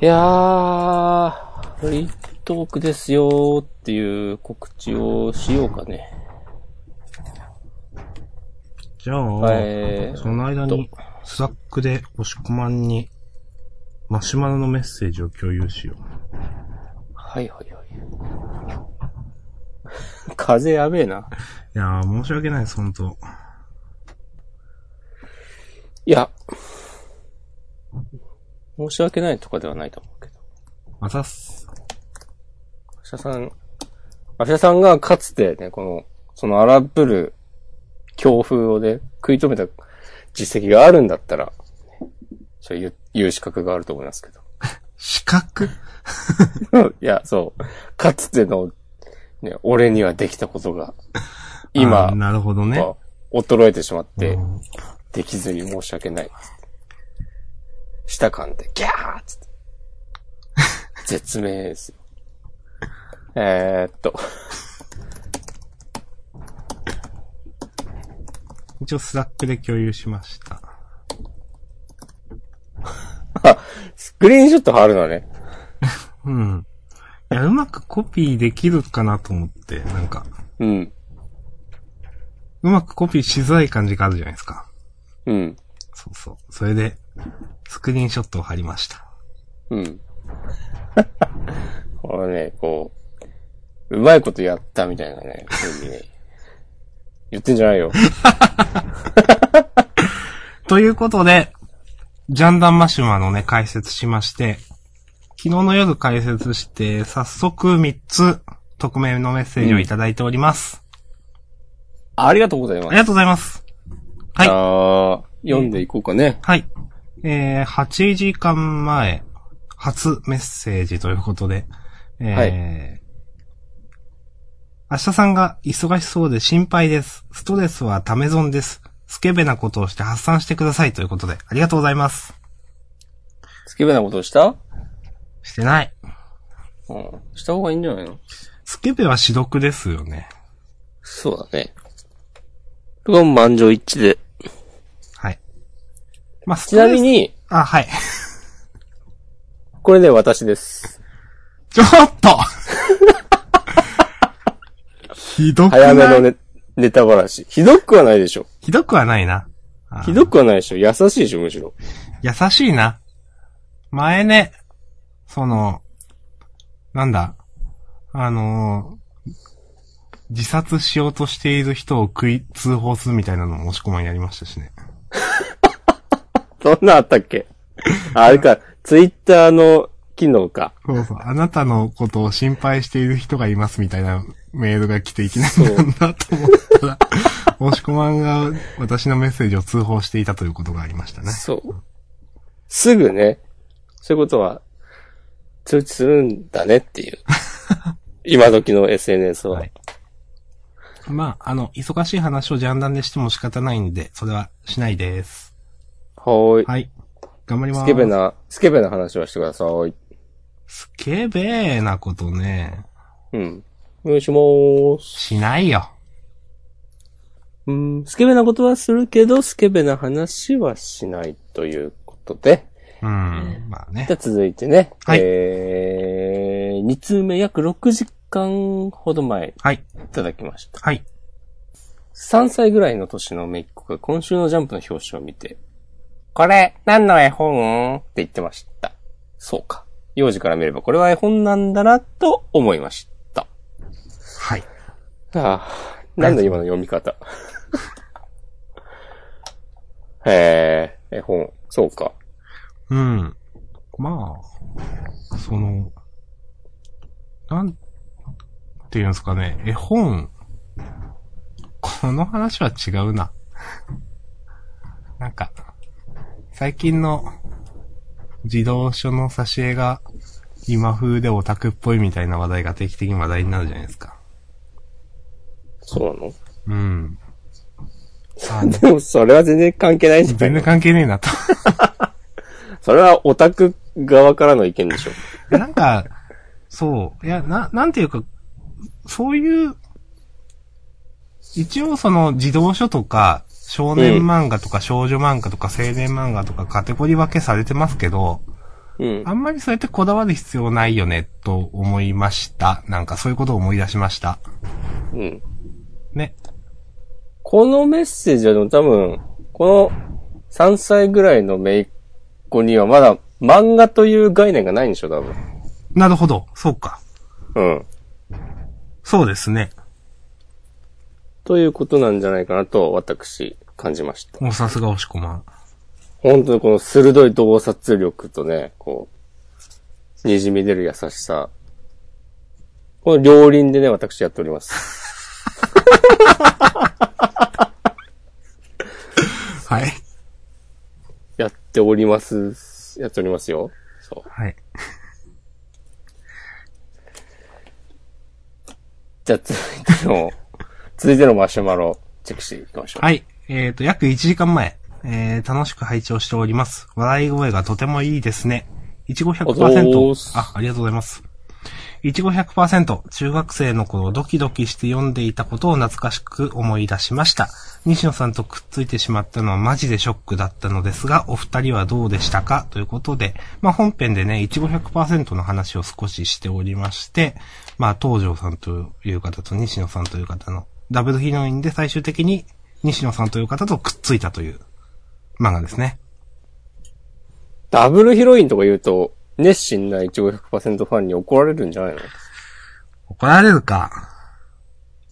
いやー、フリートークですよーっていう告知をしようかね。じゃあ、えーその間に、スラックで押し込まんに、マシュマロのメッセージを共有しよう。はいはいはい。 風やべえな。いやー、申し訳ないです、ほんと。いや、申し訳ないとかではないと思うけど。あざっす。アシャさん、アシャさんがかつてね、この、その荒ぶる強風をね、食い止めた実績があるんだったら、それ言う言う資格があると思いますけど。資格 いや、そう。かつての、ね、俺にはできたことが、今 あー、なるほどね。は衰えてしまってう、んできずに申し訳ない。下噛んで、ギャーっつ って。絶命ですよ。えーっと、一応、スラックで共有しました。スクリーンショット貼るのね。うん。いや、うまくコピーできるかなと思って、なんか、うん。うまくコピーしづらい感じがあるじゃないですか。うん。そうそう。それで、スクリーンショットを貼りました。 うん。これね、こう、うまいことやったみたいなね、ふうにね、言ってんじゃない よ。ということで、ジャンダンマシュマのね、解説しまして、昨日の夜解説して、早速3つ、匿名のメッセージをいただいております。ありがとうございあますり。がとうございます。はいあー読んでいこうかね。はい。えー、8時間前、初メッセージということで、えー、はい明日さんが忙しそうで心配です。ストレスはため損です。スケベなことをして発散してくださいということで、ありがとうございます。スケベなことをしたしてない。うん。した方がいいんじゃないのスケベは死毒ですよね。そうだね。これはもう満場一致で。はい。まあ、スちトレなみ、スに、あ、はい。 これね、私です。ちょっと ひどくない早めのネネタばらし。ひどくはないでしょ。ひどくはないな。あーひどくはないでしょ。優しいでしょ、むしろ。優しいな。前ね、その、なんだ、あのー自殺しようとしている人を食い、通報するみたいなのも押し込まんやりましたしね。そんなんあったっけああれか、ツイッターの機能か。そうそう、あなたのことを心配している人がいますみたいなメールが来ていきなりなんだと思ったら、押し込まんが私のメッセージを通報していたということがありましたね。そう。すぐね、そういうことは、通知するんだねって いう。今時の SNS は。はいまあ、あの、忙しい話をジャンダンでしても仕方ないんで、それはしないです。はーい。はい。頑張ります。スケベ。な、スケベな話はしてください。スケベーなことね。うん。お願いします。しないよ。うん、スケベなことはするけど、スケベな話はしないということで。うん。まあねじゃ。あ続いてね。はいえー、2通目約6時間ほど前いはい。ただきました。はい。 3歳ぐらいの年のめいっ子が今週のジャンプの表紙を見て、これ、何の絵本って言ってました。そうか。幼児から見ればこれは絵本なんだな、と思いました。はい。ああ、なんだ今の読み 方。へえ、絵本。そうか。うん。まあ、その、なんていうんですかね、絵本、この話は違うな。なんか、最近の児童書の挿絵が今風でオタクっぽいみたいな話題が定期的に話題になるじゃないですか。そうなのうん。でも、それは全然関係ないじゃ全ん然。関係ねえなと。それはオタク側からの意見でしょ。なんか、そう。いや、な、なんていうか、そういう、一応その児童書とか、少年漫画とか少女漫画とか青年漫画とかカテゴリー分けされてますけど、うんあ。んまりそれってこだわる必要ないよね、と思いました。なんかそういうことを思い出しました。うん。ね。このメッセージはでも多分、この3歳ぐらいの姪っ子にはまだ漫画という概念がないんでしょ、多分。なるほど。そうか。うん。そうですね。ということなんじゃないかなと、私、感じました。もうさすが押し込まん。本当にこの鋭い洞察力とね、こう、滲み出る優しさ。この両輪でね、私やっております。はい。やっております。やっておりますよ。そう。はい。じゃあ続いての、続いてのマシュマロ、チェックしていきましょう。はい。えっ、と、約1時間前。えー、楽しく拝聴しております。笑い声がとてもいいですね。いちごありがとうございま100%す。あ、ありがとうございます。いちご100%、中学生の頃ドキドキして読んでいたことを懐かしく思い出しました。西野さんとくっついてしまったのはマジでショックだったのですが、お二人はどうでしたかということで、まあ本編でね、いちご100%の話を少ししておりまして、まあ東條さんという方と西野さんという方のダブルヒロインで最終的に西野さんという方とくっついたという漫画ですね。ダブルヒロインとか言うと、熱心な1500%ファンに怒られるんじゃないの怒られるか。。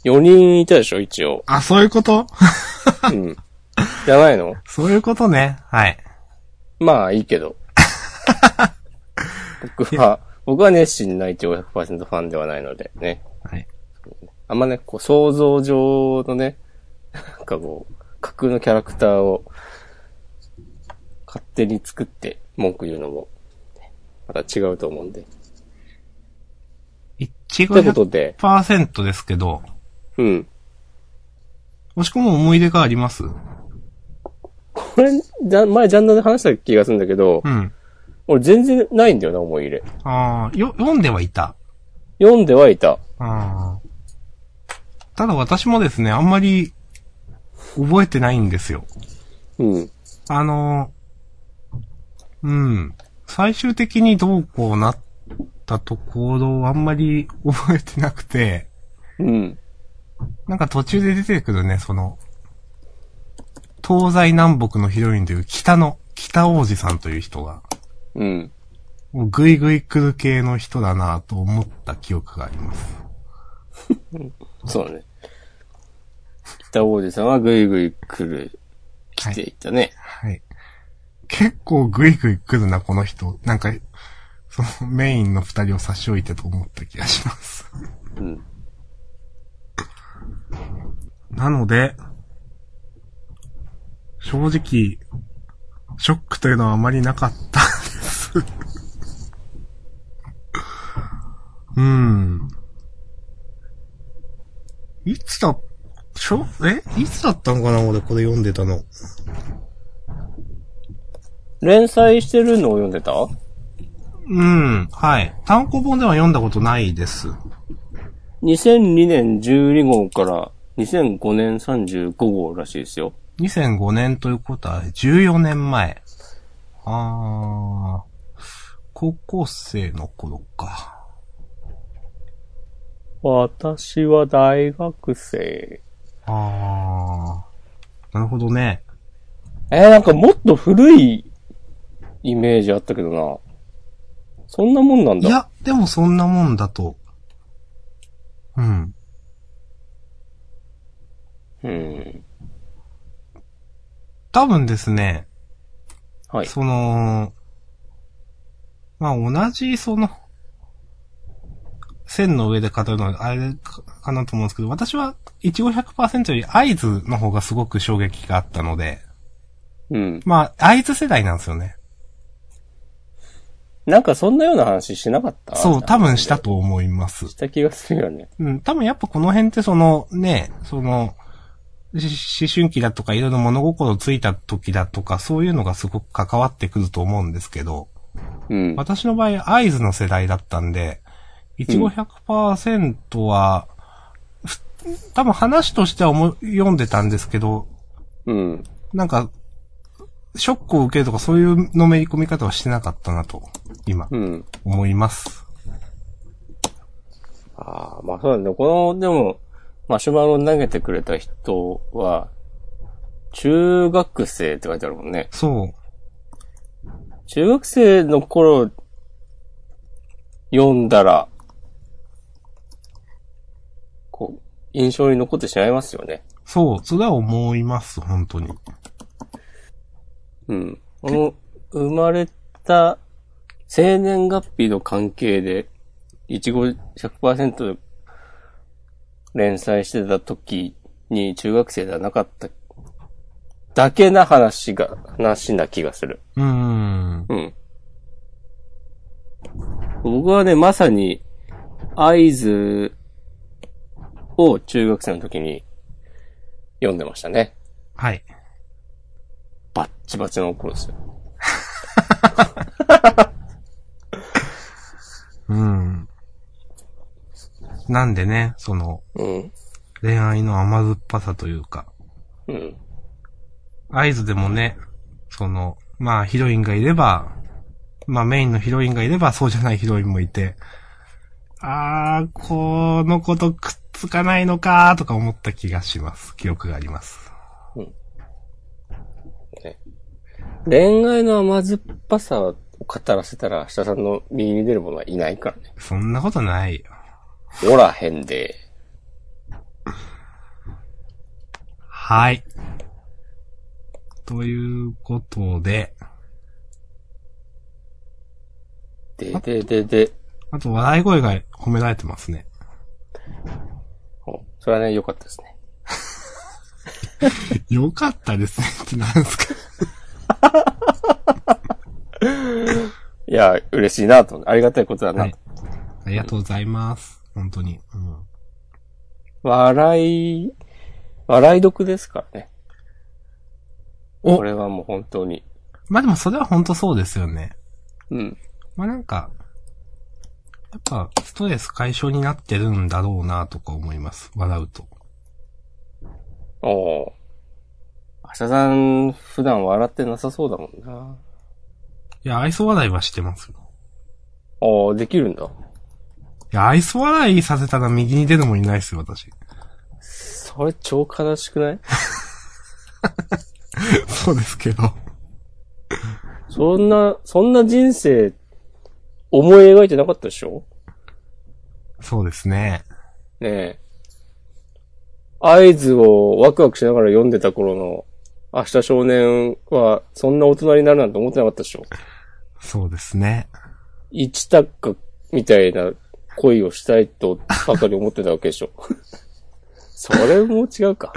?4 人いたでしょ、一応あ、そういうことうん。じゃないのそういうことね。はい。まあ、いいけ ど。僕は、僕は熱心な1500%ファンではないので、ね。はい。あんまね、こう、想像上のね、なんかこう、架空のキャラクターを、勝手に作って文句言うのも、また違うと思うんで。いちとごいうことで、 100%ですけど、うん。押し込む思い出がありますうこれ、じゃ前ジャンダーで話した気がするんだけど、ん。俺全然ないんだよな、思い入れ。ああ、よ、読んではいた。読んではいた。ああ。ただ私もですね、あんまり、覚えてないんですよ。うん。あのー、うん。最終的にどうこうなったところをあんまり覚えてなくて、うん。なんか途中で出てくるね、その、東西南北のヒロインという北の、北王子さんという人が、うん。もうグイグイ来る系の人だなぁと思った記憶があります。そうだね。北王子さんはぐいぐい来る、来ていたね。はい。結構グイグイ来るな、この人。なんか、そのメインの二人を差し置いてと思った気がします。うん。なので、正直、ショックというのはあまりなかったです。うん。いつだ、しょ、えいつだったのかな俺これ読んでたの。連載してるのを読んでたうん、はい。単行本では読んだことないです。 ?2002 年12号から2005年35号らしいですよ。 2005年ということは14年前。あー、高校生の頃か。私は大学生。あー、なるほどね。えー、なんかもっと古いイメージあったけどな。そんなもんなんいだ。や、でもそんなもんだと。うん。うん。多分ですね、はい。その、まあ、同じ、その、線の上で語るのは、あれかかなと思うんですけど、私は、1500%より合図の方がすごく衝撃があったので、うん。まあ、合図世代なんですよね。なんかそんなような話しなかったそう、多分した。と思いますし。た気がするよね。うん、多分やっぱこの辺ってその、ね、その、し思春期だとかいろいろ物心ついた時だとか、そういうのがすごく関わってくると思うんですけど、うん。私の場合、合図の世代だったんで、いちご100%は、ふ多分話としては思い読んでたんですけど、うん。なんか、ショックを受けるとかそういうのめり込み方はしてなかったなと、今、うん。思います。ああ、まあそうだね。この、でも、マシュマロ投げてくれた人は、中学生って書いてあるもんね。そう。中学生の頃、読んだら、こう、印象に残ってしまいますよね。そう、それは思います、本当に。うん。この、生まれた、生年月日の関係で、いちご100%連載してた時に中学生ではなかった、だけな話が、話な気がする。うーん。うん。僕はね、まさに、合図を中学生の時に読んでましたね。はい。バッチバチの頃ですよ。うん。なんでね、その、うん。恋愛の甘酸っぱさというか、うん。合図でもね、その、まあヒロインがいれば、まあメインのヒロインがいれば、そうじゃないヒロインもいて、あー、この子とくっつかないのかーとか思った気がします。記憶があります。恋愛の甘酸っぱさを語らせたら、下さんの右に出るものはいないからね。そんなことないよ。おらへんで。はい。ということで、でででで。あと笑い声が褒められてますね。おそれはね、良かったですね。よかったですねってなんですか。いや、嬉しいなと思って。ありがたいことだなはい。ありがとうございます。本当に。うん、笑い、笑い毒ですからね。おこれはもう本当に。まあでもそれは本当そうですよね。うん。まあなんか、やっぱストレス解消になってるんだろうなとか思います。笑うと。おお。明日さん、普段笑ってなさそうだもんな。いや、愛想笑いはしてますよ。おお、できるんだ。いや、愛想笑いさせたら右に出るもいないですよ、私。それ超悲しくない そうですけど。そんな、そんな人生、思い描いてなかったでしょそうですね。ねえ。合図をワクワクしながら読んでた頃の、明日少年は、そんな大人になるなんて思ってなかったでしょそうですね。一タックみたいな恋をしたいとばかり思ってたわけで しょ。それも違うか。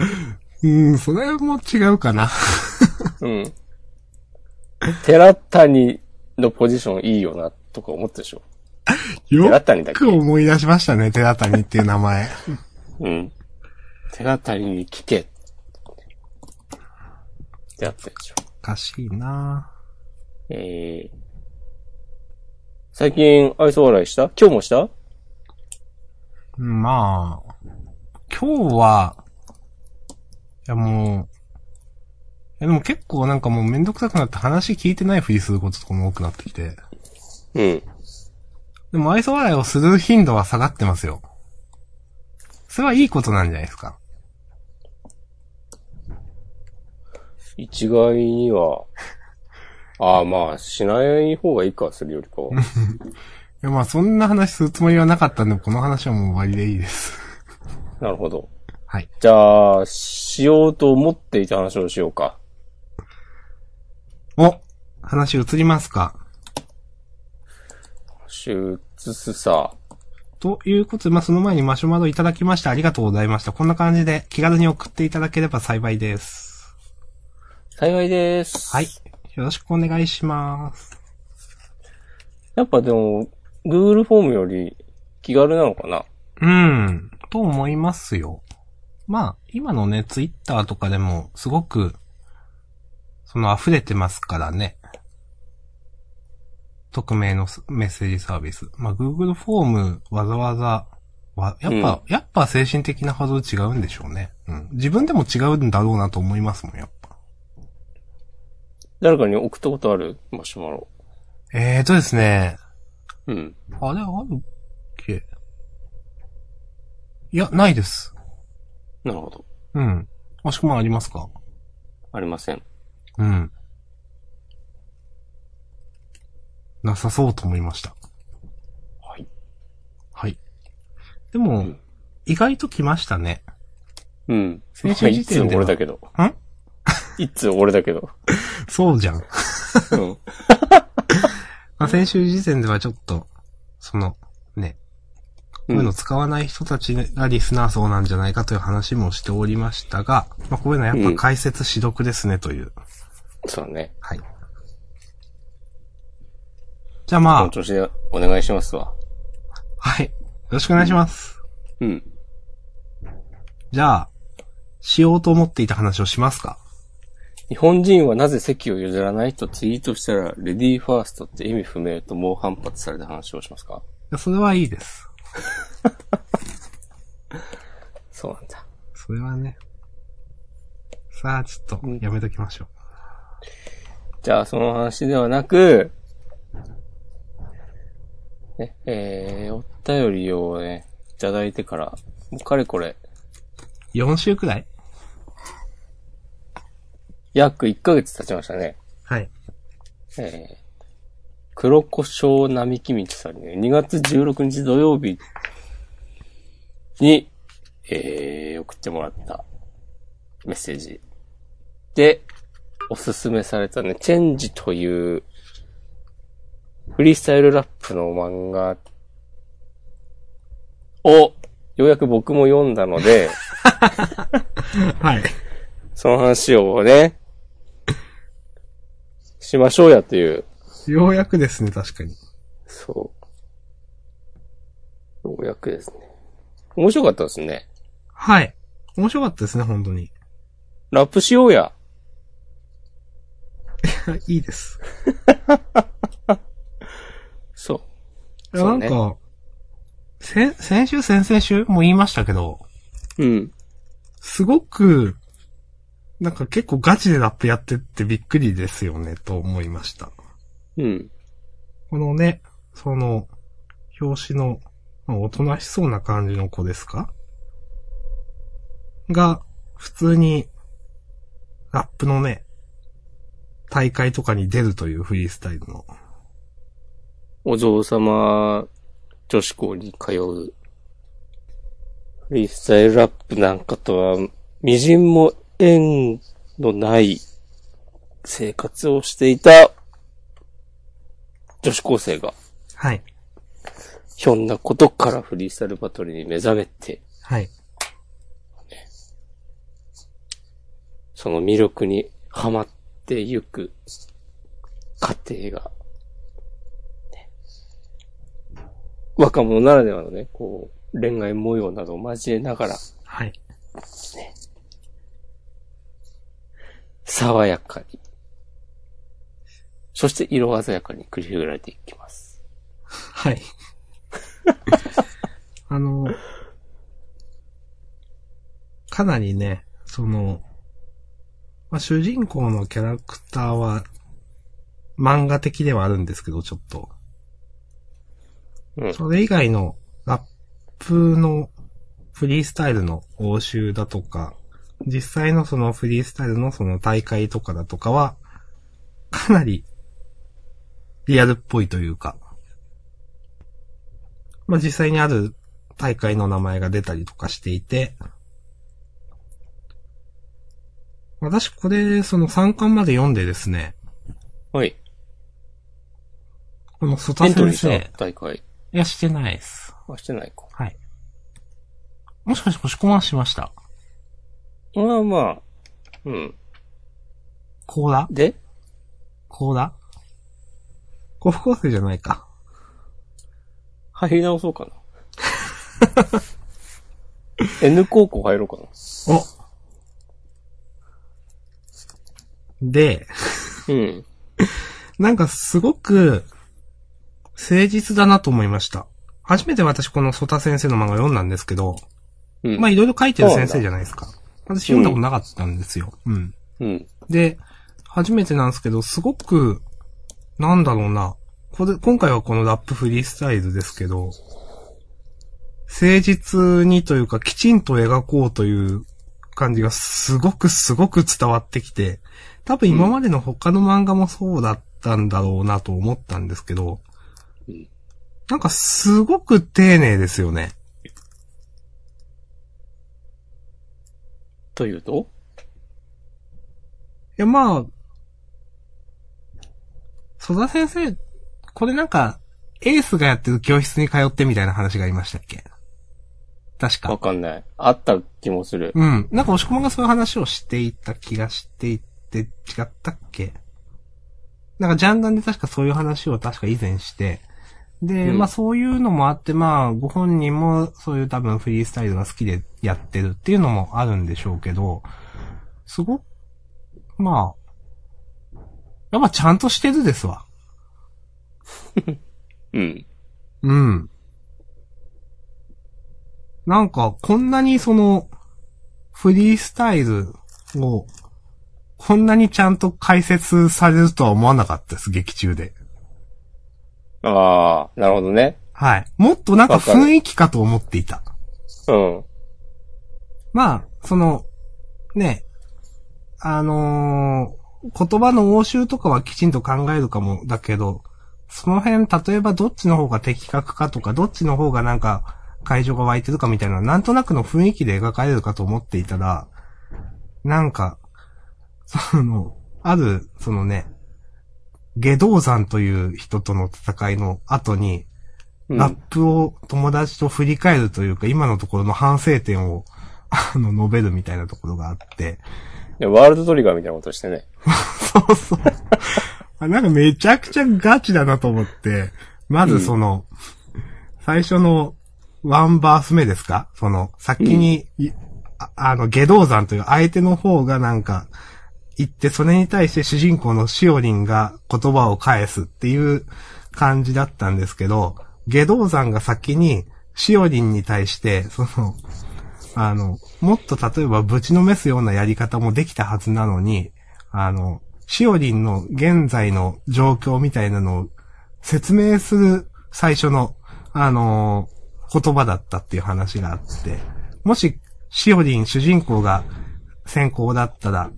うん、それも違うかな。うん。寺谷のポジションいいよな、とか思ったでしょ。寺よ谷だっけく思い出しましたね、寺谷っていう名前。うん。寺谷に聞け。ってあったでしょ。おかしいなえー、最近愛想笑いした今日もしたまあ、今日は、いやもう、いやでも結構なんかもうめんどくさくなって話聞いてないふりすることとかも多くなってきて。うん。でも愛想笑いをする頻度は下がってますよ。それはいいことなんじゃないですか。一概には、ああまあ、しない方がいいか、するよりかは。いやまあそんな話するつもりはなかったんで、この話はもう終わりでいいです。なるほど。はい。じゃあ、しようと思っていた話をしようか。お話移りますか。手術さ。ということで、まあ、その前にマシュマロいただきましてありがとうございました。こんな感じで気軽に送っていただければ幸いです。幸いです。はい。。よろしくお願いします。やっぱでも、Google フォームより気軽なのかなうん。と思いますよ。まあ、今のね、ツイッターとかでも、すごく、その溢れてますからね。匿名のすメッセージサービス。まあ、Google フォーム、わざわざ、わ、やっぱ、やっぱ精神的なハードル違うんでしょうね。うん。自分でも違うんだろうなと思いますもん、やっぱ。誰かに送ったことあるマシュマロ。えーとですね。うん。あれあるっけいや、ないです。なるほど。うん。もしくもありますかありません。うん。なさそうと思いました。はい。はい。でも、うん意外と来ましたね。うん。先週時点ではまあ一通俺だけど。んん一通俺だけ ど。そうじゃん。うん。まあ、先週時点ではちょっと、その、ね、こういううのん使わない人たちがリスナー層なんじゃないかという話もしておりましたが、まあ、こういうのはやっぱ解説し読ですねという。そうだね。はい。じゃあまこあの、調子でお願いしますわ。はい。よろしくお願いします。うん。じゃあ、しようと思っていた話をしますか日本人はなぜ席を譲らないとツイートしたら、レディーファーストって意味不明と猛反発された話をしますかいやそれはいいです。そうなんだ。それはね。さあ、ちょっと、やめときましょう。じゃあ、その話ではなく、ね、えー、お便りをね、いただいてから、もうかれこれ、 4週くらい約1ヶ月経ちましたね。はい。えー、黒胡椒並木道さんにね、2月16日土曜日に、えー、送ってもらったメッセージ。で、おすすめされたね、チェンジという、フリースタイルラップの漫画を、ようやく僕も読んだので、はい。その話をね、しましょうやというようやくですね、確かに。そう。ようやくですね。面白かったですね。はい。面白かったですね、本当に。ラップしようや。 いいです。そう。いそやなうんねか、先、先週、先々週も言いましたけど、うん。すごく、なんか結構ガチでラップやってってびっくりですよね、と思いました。うん。このね、その、表紙の、まあおとなしそうな感じの子ですかが、普通に、ラップのね、大会とかに出るというフリースタイルの。お嬢様女子校に通う。フリースタイルラップなんかとは、微塵も縁のない生活をしていた女子高生が、はい。ひょんなことからフリースタイルバトルに目覚めて、はい。その魅力にハマってゆく過程が、ね若者ならではのね、こう、恋愛模様などを交えながら、はい。爽やかに、そして色鮮やかに繰り広げられていきます。 はい。あの、かなりね、その、まあ、主人公のキャラクターは、漫画的ではあるんですけど、ちょっと。うん。それ以外のラップのフリースタイルの応酬だとか、実際のそのフリースタイルのその大会とかだとかは、かなりリアルっぽいというか、まあ、実際にある大会の名前が出たりとかしていて、私これ、その3巻まで読んでですね、はい。このソタエントリー先し生た、大会。いや、してないです。あ、してないか。はい。もしかして、もしこましました。まあまあ、うん。コーラでコーラ高校生じゃないか。入り直そう かな。N 高校入ろうかな。おで、うん。なんかすごく、誠実だなと思いました。初めて私このソタ先生の漫画読んだんですけど、うん。まあいろいろ書いてる先生じゃないですか。私読んだことなかったんですよ。うん。うん。で、初めてなんですけど、すごく、なんだろうな。これ、今回はこのラップフリースタイルですけど、誠実にというか、きちんと描こうという感じがすごくすごく伝わってきて、多分今までの他の漫画もそうだったんだろうなと思ったんですけどうん、なんかすごく丁寧ですよね。というといや、まあ、曽田先生、これなんか、エースがやってる教室に通ってみたいな話がありましたっけ確わか。かんない。あった気もする。うん。なんか、押し込まがそういう話をしていた気がしていて、違ったっけなんか、ジャンダンで確かそういう話を確か以前して、で、うんまあそういうのもあって、まあ、ご本人もそういう多分フリースタイルが好きでやってるっていうのもあるんでしょうけど、すごく、まあ、やっぱちゃんとしてるですわ。うん。うん。なんか、こんなにその、フリースタイルを、こんなにちゃんと解説されるとは思わなかったです、劇中で。ああ、なるほどね。はい。もっとなんかわかる雰囲気かと思っていた。うん。まあ、その、ね、あのー言葉の応酬とかはきちんと考えるかも、だけど、その辺、例えばどっちの方が的確かとか、どっちの方がなんか、会場が湧いてるかみたいな、なんとなくの雰囲気で描かれるかと思っていたら、なんか、その、ある、そのね、下道山という人との戦いの後に、うんラップを友達と振り返るというか、今のところの反省点を、あの、述べるみたいなところがあって。でワールドトリガーみたいなことしてね。そうそう。あなんかめちゃくちゃガチだなと思って、まずその、最初のワンバース目ですかその、先に、いああの、下道山という相手の方がなんか、行って、それに対して主人公のしおりんが言葉を返すっていう感じだったんですけど、下道山が先にしおりんに対して、その、あの、もっと例えばぶちのめすようなやり方もできたはずなのに、あの、しおりんの現在の状況みたいなのを説明する最初の、あのー言葉だったっていう話があって、もし、しおりん主人公が先行だったら、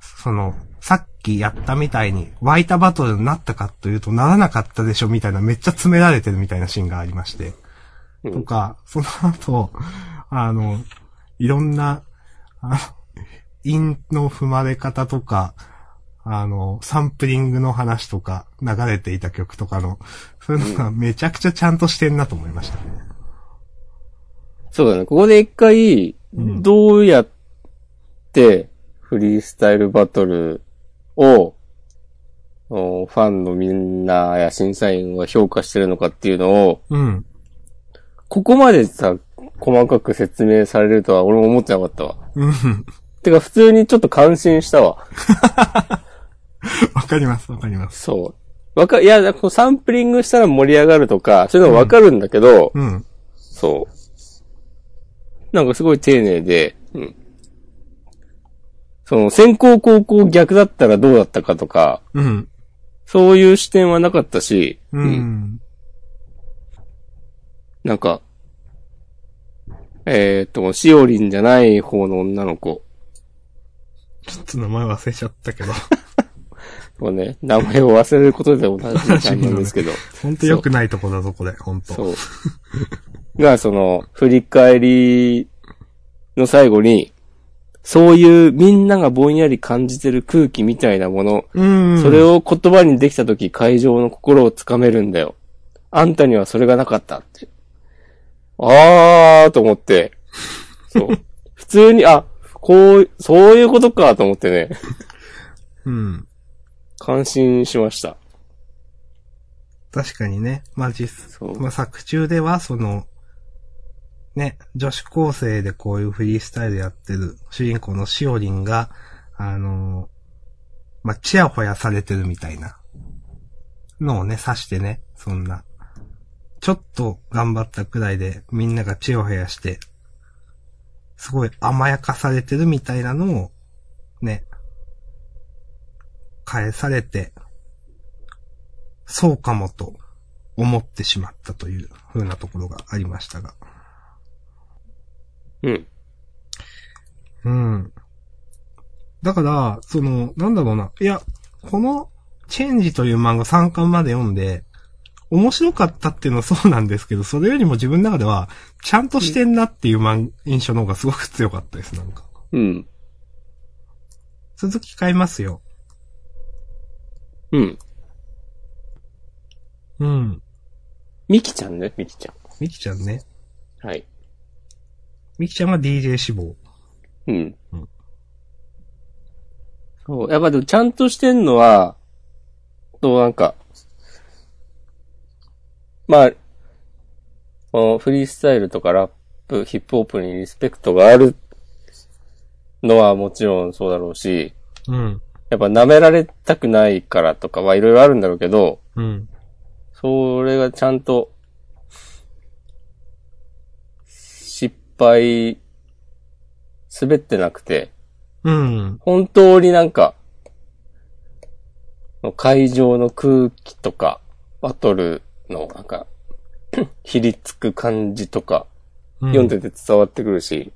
その、さっきやったみたいに、湧いたバトルになったかというとならなかったでしょみたいな、めっちゃ詰められてるみたいなシーンがありまして。うんとか、その後、あの、いろんな、あの韻の踏まれ方とか、あの、サンプリングの話とか、流れていた曲とかの、そういうのがめちゃくちゃちゃんとしてんなと思いましたね。そうだね。ここで一回、うんどうやってフリースタイルバトルを、おファンのみんなや審査員が評価してるのかっていうのを、うん。ここまでさ、細かく説明されるとは俺も思ってなかったわ。うん。てか普通にちょっと感心したわ。わかります、わかります。そう。わか、いや、こうサンプリングしたら盛り上がるとか、そういうのはわかるんだけど、うん。そう。なんかすごい丁寧で、うん。その、先行後攻逆だったらどうだったかとか、うん。そういう視点はなかったし、うん。なんか、えーっと、しおりんじゃない方の女の子ちょっと名前忘れちゃったけど、をね、名前を忘れることで同じなんです けど、ほんと良くないとこだぞ、これ、ほんと。そう。が、その、振り返りの最後に、そういうみんながぼんやり感じてる空気みたいなものうん。それを言葉にできたとき会場の心をつかめるんだよ。あんたにはそれがなかったって。あーと思って。そう。 普通に、あ、こう、そういうことかと思ってね、うん。感心しました。確かにね。まあ実そうまあ、作中では、その、ね、女子高生でこういうフリースタイルやってる主人公のしおりんが、あのーまあ、ちやほやされてるみたいなのをね、指してね、そんな。ちょっと頑張ったくらいでみんながちやほやして、すごい甘やかされてるみたいなのを、ね、返されて、そうかもと思ってしまったという風なところがありましたが。うん。うん。だから、その、なんだろうな。いや、この、チェンジという漫画3巻まで読んで、面白かったっていうのはそうなんですけど、それよりも自分の中では、ちゃんとしてんなっていう漫印象の方がすごく強かったです、なんか。うん。続き買いますよ。うん。うん。ミキちゃんね、ミキちゃミキちゃんね。ん。はい。ミキちゃんが DJ 志望。うんうん。そう。やっぱでもちゃんとしてんのは、どうなんか、まあ、このフリースタイルとかラップ、ヒップホップにリスペクトがあるのはもちろんそうだろうし、うん。やっぱ舐められたくないからとかはいろいろあるんだろうけど、うん。それがちゃんと、失敗、滑ってなくて、うん。本当になんか、会場の空気とか、バトルのなんか、 ひりつく感じとか、読んでて伝わってくるし、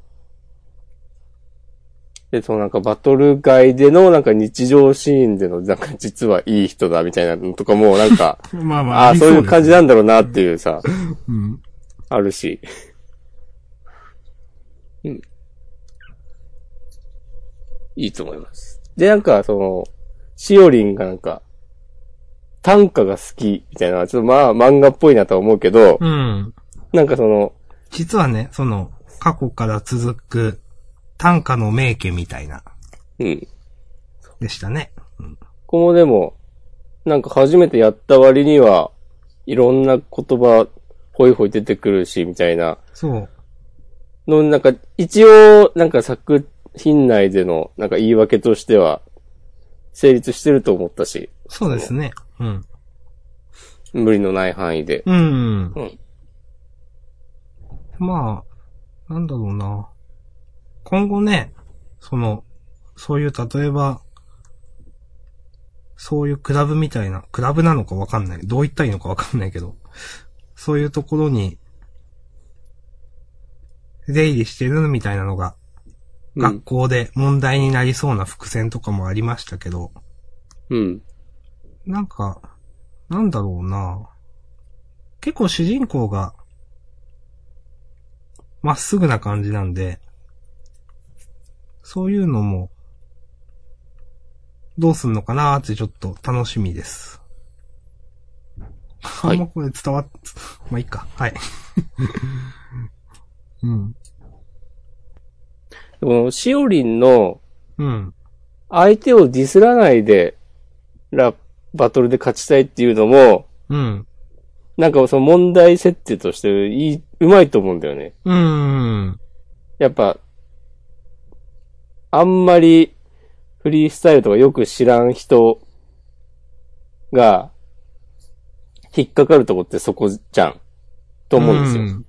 で、そのなんかバトル外でのなんか日常シーンでのなんか実はいい人だみたいなのとかもなんか、まあまあ、ああ、そういう感じだ。なんだろうなっていうさ、うん。あるし。うん。いいと思います。で、なんか、その、しおりんがなんか、短歌が好きみたいな、ちょっとまあ漫画っぽいなとは思うけど、うん。なんかその、実はね、その、過去から続く、短歌の名家みたいな、うん。でしたね。ここもでも、なんか初めてやった割には、いろんな言葉、ほいほい出てくるし、みたいな。そう。の、なんか、一応、なんか作品内での、なんか言い訳としては、成立してると思ったし、そうですね。うん。無理のない範囲で。うん。うんまあ、なんだろうな。今後ね、その、そういう、例えば、そういうクラブみたいな、クラブなのかわかんない。どう言ったらいいのかわかんないけど、そういうところに、出入りしてるみたいなのが、う学ん。校で問題になりそうな伏線とかもありましたけど、うん。なんか、なんだろうな結構主人公が、まっすぐな感じなんで、そういうのも、どうすんのかなーってちょっと楽しみです。いあんまこれ伝わっ、まあいいか。 はい。うん。この、しおりんの、うん。相手をディスらないで、ラ、バトルで勝ちたいっていうのも、うん。なんかその問題設定として、いい、うまいと思うんだよね。うーん。やっぱ、あんまりフリースタイルとかよく知らん人が引っかかるとこってそこじゃん。と思うんですよ。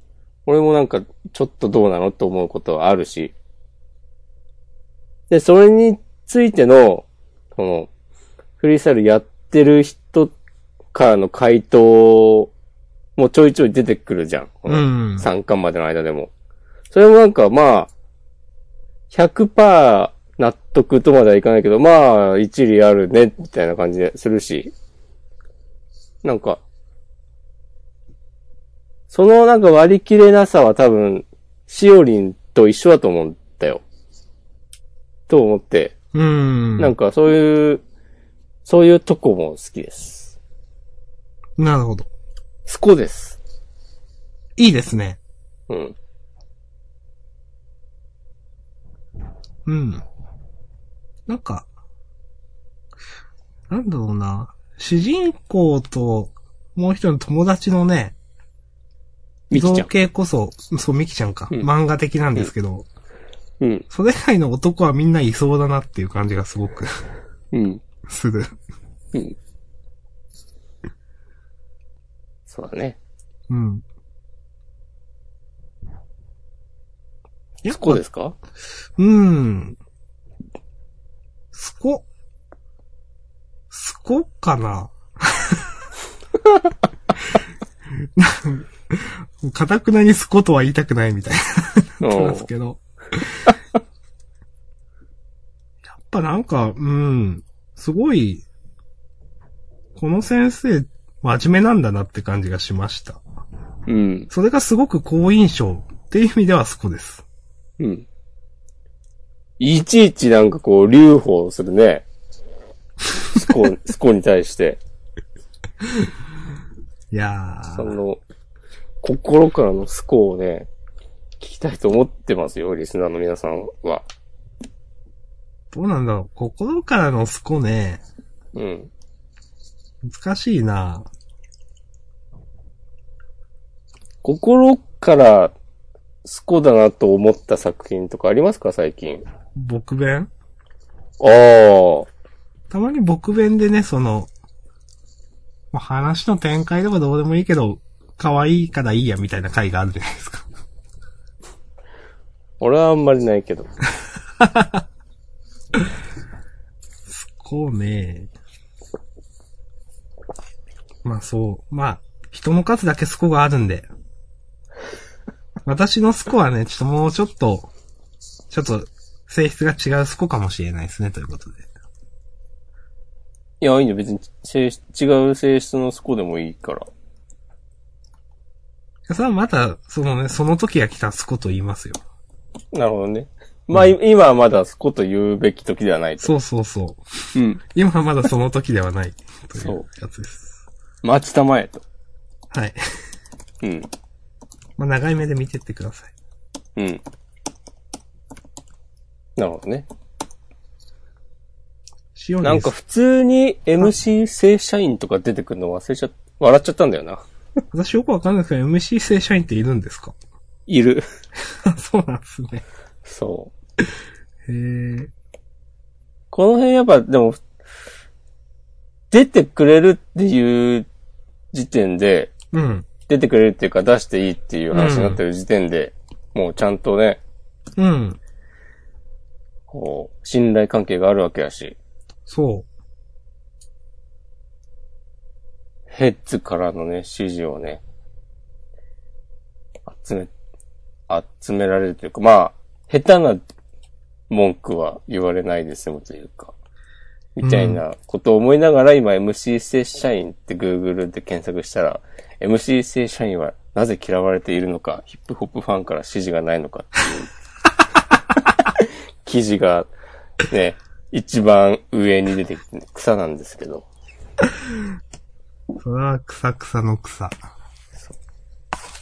俺もなんかちょっとどうなのと思うことはあるし。で、それについての、この、フリースタイルやってる人からの回答もちょいちょい出てくるじゃん。こうのん。うん。 3巻までの間でも。それもなんかまあ、100%納得とまではいかないけど、まあ、一理あるね、みたいな感じでするし。なんか、そのなんか割り切れなさは多分、しおりんと一緒だと思うんだよ。と思って、うん。なんかそういう、そういうとこも好きです。なるほど。そこです。いいですね。うん。うん。なんか、なんだろうな。主人公と、もう一人の友達のね、みきち造ゃん。形こそ、そう、ミキちゃんか。うん漫画的なんですけど、うん。それ以外の男はみんないそうだなっていう感じがすごく うん。する。うん。そうだね。うん。やそこですかうーん。そこ。こうかな。かたくなにすことは言いたくないみたいになってますけど。やっぱなんか、うん、すごい、この先生、真面目なんだなって感じがしました。うん。それがすごく好印象っていう意味ではそこです。うん。いちいちなんかこう、留保するね。スコ、 スコに対して、いやそー、の、心からのスコをね、聞きたいと思ってますよ、リスナーの皆さんは。どうなんだろう。心からのスコね、うん。難しいな心からスコだなと思った作品とかありますか、最近。僕弁ああ。たまに僕弁でね、その、まあ話の展開でもどうでもいいけど、可愛いからいいやみたいな回があるじゃないですか。俺はあんまりないけど。こうね。まあそう。まあ、人の数だけスコがあるんで。私のスコはね、ちょっともうちょっと、ちょっと性質が違うスコかもしれないですね、ということで。いや、いいんだよ。別に性質、違う性質のスコでもいいから。それはまた、そのね、その時が来たスコと言いますよ。なるほどね。まあ、い今はまだスコと言うべき時ではないと。そうそうそう。うん。今はまだその時で はない。といそううやつです。待ちたまえと。はい。うん。まあ長い目で見てってください。うん。なるほどね。しおりなんですか普通に MC 正社員とか出てくるの忘れちゃ、笑っちゃったんだよな。私よくわかんないですけど、MC 正社員っているんですか いる。そうなんですね。そう。へー。この辺やっぱでも、出てくれるっていう時点で、うん。出てくれるっていうか出していいっていう話になってる時点で、もうちゃんとね、うん。こう、信頼関係があるわけやし、そヘッズからのね、指示をね、集め、集められるというか、まあ、下手な文句は言われないで済むというか、みたいなことを思いながら、今 MC 正社員って Google で検索したら、MC 正社員はなぜ嫌われているのか、ヒップホップファンから支持がないのかっていう記事が、ね、一番上に出てきて、草なんですけど。う。それは、草草の草。だか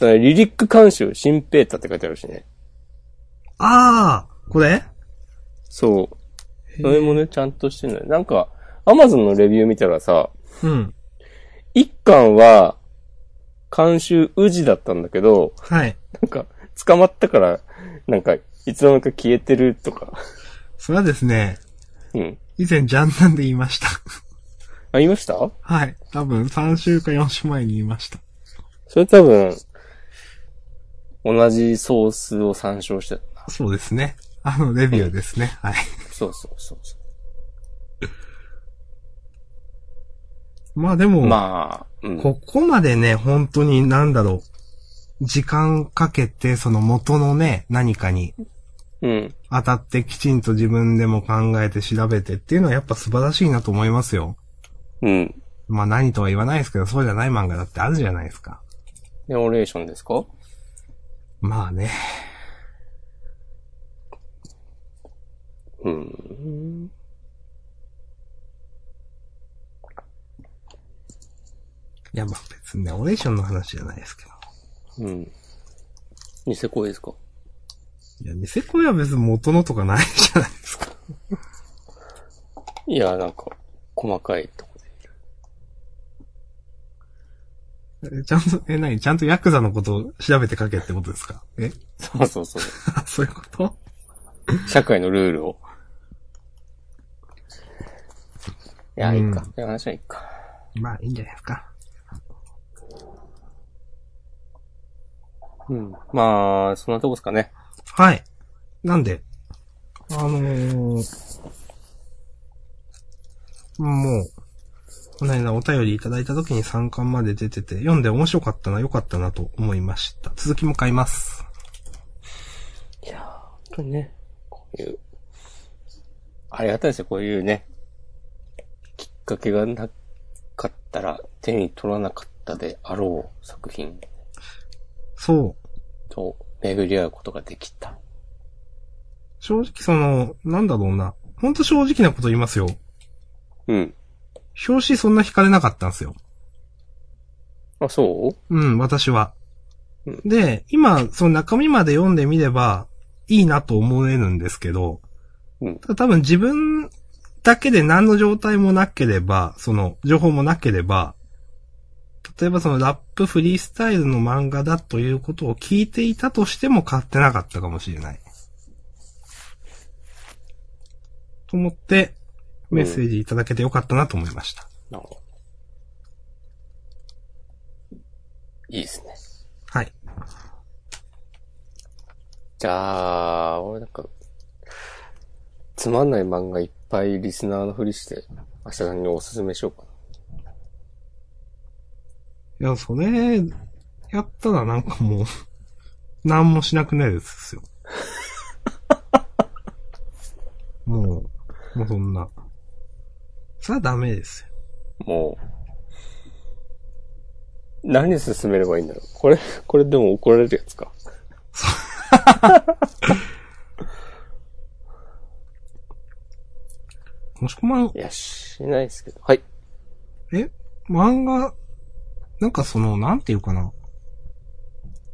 らリリック監修、シンペータって書いてあるしね。あーこれそう。それもね、ちゃんとしてるのよ。なんか、アマゾンのレビュー見たらさ、うん。一巻は、監修宇治だったんだけど、はい。なんか、捕まったから、なんか、いつの間にか消えてるとか。それはですね、うん。以前ジャンダンで言いました。 あ、言いましたはい。多分3週か4週前に言いました。それ多分、同じソースを参照してたな。そうですね。あの、レビューですね。はい。そうそうそうそまあでう。も、まあ、うん。ここまでね、本当になんだろう。時間かけて、その元のね、何かにうん。当たってきちんと自分でも考えて調べてっていうのはやっぱ素晴らしいなと思いますよ。うん。まあ何とは言わないですけど、そうじゃない漫画だってあるじゃないですか。ネオレーションですかまあね。うん。いやまあ別にね、オレーションの話じゃないですけど。うん。ニセコですかいや、ニセコイは別に元のとかないじゃないですか。いや、なんか、細かいとこえ ちゃんと、え、何ちゃんとヤクザのことを調べて書けってことですかえ で。そうそうそう。そういうこと社会のルールを。いや、ういんいか。いや、話はいいか。まあいいんじゃないですか。うん。まあ、そんなとこですかね。はい。なんで、あのー、もう、この間お便りいただいた時に3巻まで出てて、読んで面白かったな、良かったなと思いました。続きも買います。いやー、本当にね、こういう、ありがたいですよ、こういうね、きっかけがなかったら手に取らなかったであろう作品そう。と巡り合うことができた。正直その、なんだろうな。ほんと正直なこと言いますよ。うん。表紙そんな惹かれなかったんですよ。あ、そううん、私はうん。で、今、その中身まで読んでみれば、いいなと思えるんですけど、うんただ多分自分だけで何の状態もなければ、その、情報もなければ、例えばそのラップフリースタイルの漫画だということを聞いていたとしても買ってなかったかもしれない。と思って、メッセージいただけてよかったなと思いました。なるほど。いいですね。はい。じゃあ、俺なんか、つまんない漫画いっぱいリスナーのふりして、明日さんにおすすめしようかな。いや、それ、やったらなんかもう、 なんもしなくなるやつですよ。 もう、もうそんな。それはダメですよ。もう、何進めればいいんだろう。これ、 これでも怒られるやつか。もしくは、いや、しないですけど。はい。え漫画、なんかその、なんていうかな。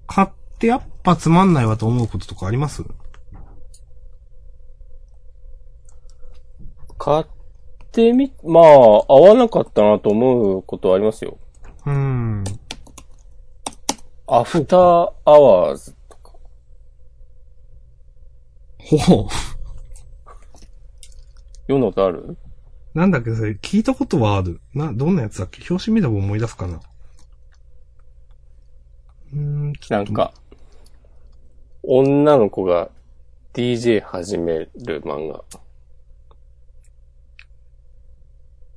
買ってやっぱつまんないわと思うこととかあります買ってみ、まあ、合わなかったなと思うことはありますよ。うーん。アフターアワーズとか。ほう。読んだことあるなんだっけ、それ聞いたことはある。な、どんなやつだっけ表紙見れば思い出すかな。うーん、ちょなっんとか、女の子が DJ 始める漫画。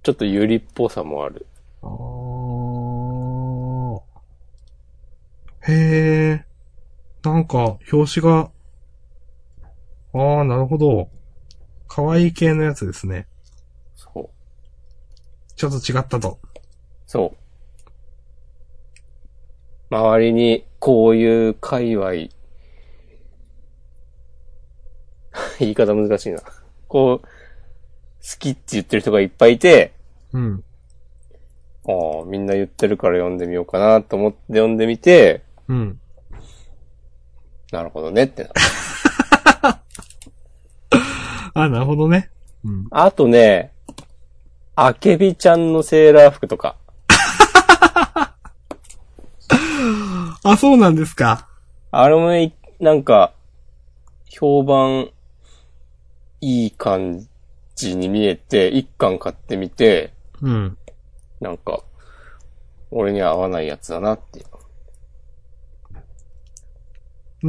ちょっとユリっぽさもある。あーへえ。なんか、表紙が、ああ、なるほど。可愛い系のやつですね。そう。ちょっと違ったと。そう。周りにこういう界 隈、言い方難しいな。こう、好きって言ってる人がいっぱいいて、うん。ああ、みんな言ってるから読んでみようかなと思って読んでみて、うん。なるほどねってな。あなるほどね。うん。あとね、あけびちゃんのセーラー服とか。あ、そうなんですか。あれもね、なんか、評判、いい感じに見えて、一巻買ってみて、うん。なんか、俺には合わないやつだなっていう、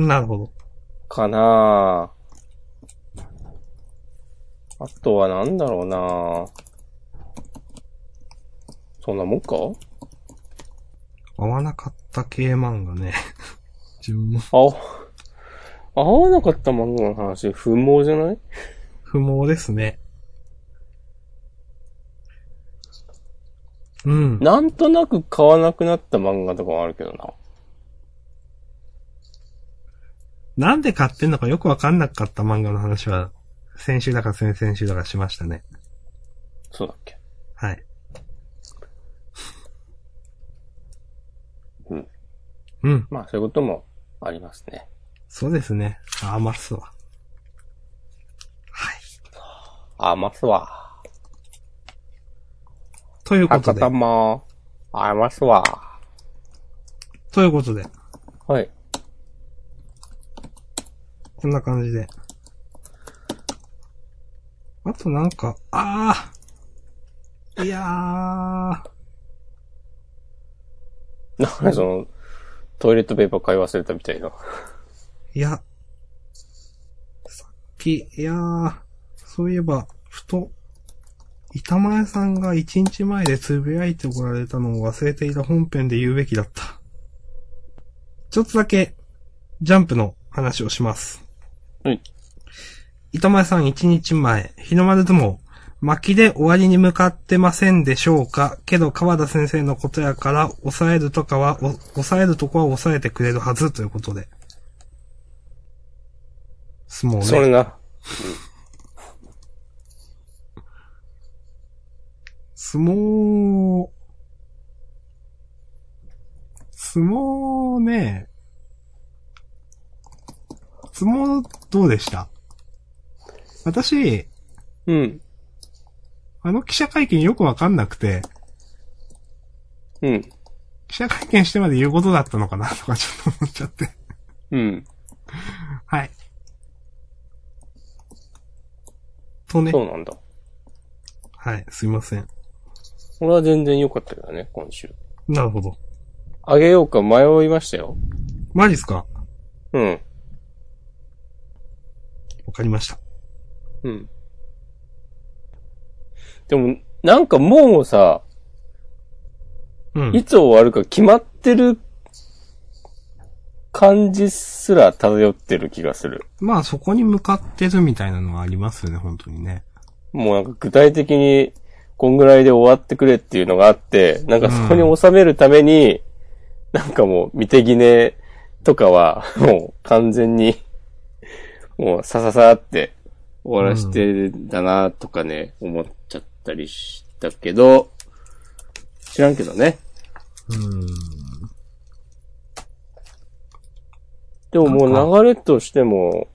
なるほど。かなぁ。あとはなんだろうなぁ。そんなもんか合わなかった系漫画ね。自分もあ、合わなかった漫画の話、不毛じゃない不毛ですね。うん。なんとなく買わなくなった漫画とかもあるけどな。なんで買ってんのかよくわかんなかった漫画の話は、先週だか先々週だかしましたね。そうだっけはい。うん。うん。まあ、そういうこともありますね。そうですね。ああ、ますわ。はい。あ、ますわ。ということ博で多。も、あますわ。ということで。はい。こんな感じで。あとなんか、ああいやー。なんかその、トイレットペーパー買い忘れたみたいな。いや、さっき、いやー、そういえば、ふと、板前さんが一日前でつぶやいておられたのを忘れていた本編で言うべきだった。ちょっとだけ、ジャンプの話をします。はい。板前さん一日前、日の丸相撲、巻きで終わりに向かってませんでしょうかけど川田先生のことやから、抑えるとかは、お抑えるとこは抑えてくれるはずということで。相撲ね。それな。相撲、相撲ね、相撲どうでした私、うん。あの記者会見よくわかんなくて、うん。記者会見してまで言うことだったのかなとかちょっと思っちゃって。うん。はい。とねそ。うなんだ。はい、すいません。俺は全然良かったけどね、今週。なるほど。あげようか迷いましたよ。マジっすかうん。わかりました。うん。でも、なんかもうさ、うん。いつ終わるか決まってる感じすら漂ってる気がする。まあそこに向かってるみたいなのはありますよね、本当にね。もうなんか具体的に、こんぐらいで終わってくれっていうのがあって、なんかそこに収めるために、なんかもう、見てぎねとかは、もう完全に、もうさささって終わらしてるんだなとかね、思っちゃったりしたけど、知らんけどね。うん。でもなんもう流れとしても、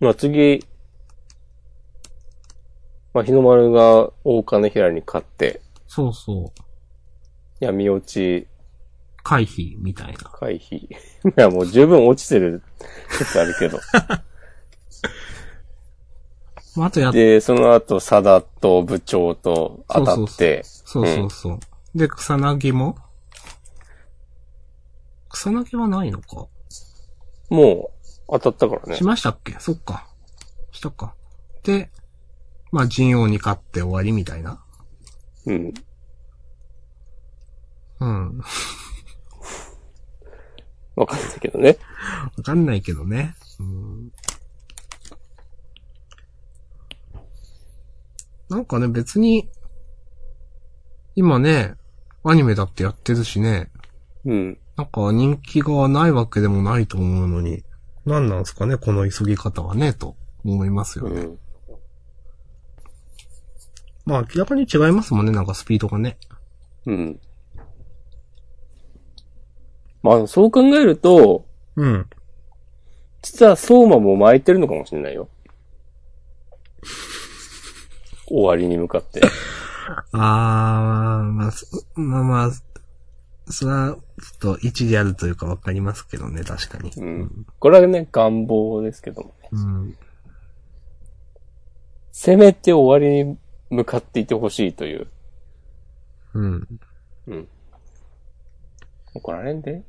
まあ次、まあ日の丸が大金平に勝って、そうそう。闇落ち回避みたいな。回避。 いや、もう十分落ちてる説ある けど。まあ、あとやっ、で、その後、サダと部長と当たって、そうそうそう。で、草薙も草薙はないのか、もう当たったからねし。ましたっけそっか。したか。で、まあ、陣王に勝って終わりみたいな。うん。うん。わわかんないけどね。かんないけどね。うん。なんかね、別に、今ね、アニメだってやってるしね。うん。なんか人気がないわけでもないと思うのに、何なんすかね、この急ぎ方はね、と思いますようね。ん。まあ明らかに違いますもんね、なんかスピードがね。うん。まあ、そう考えると、うん。実は相馬も巻いてるのかもしれない よ。終わりに向かって。あー、まあ、すまあまあ、それは、ちょっと一理あるというかわかりますけどね、確かに。うん。これはね、願望ですけどもね。うん。せめて終わりに向かっていてほしいという。うん。怒られんで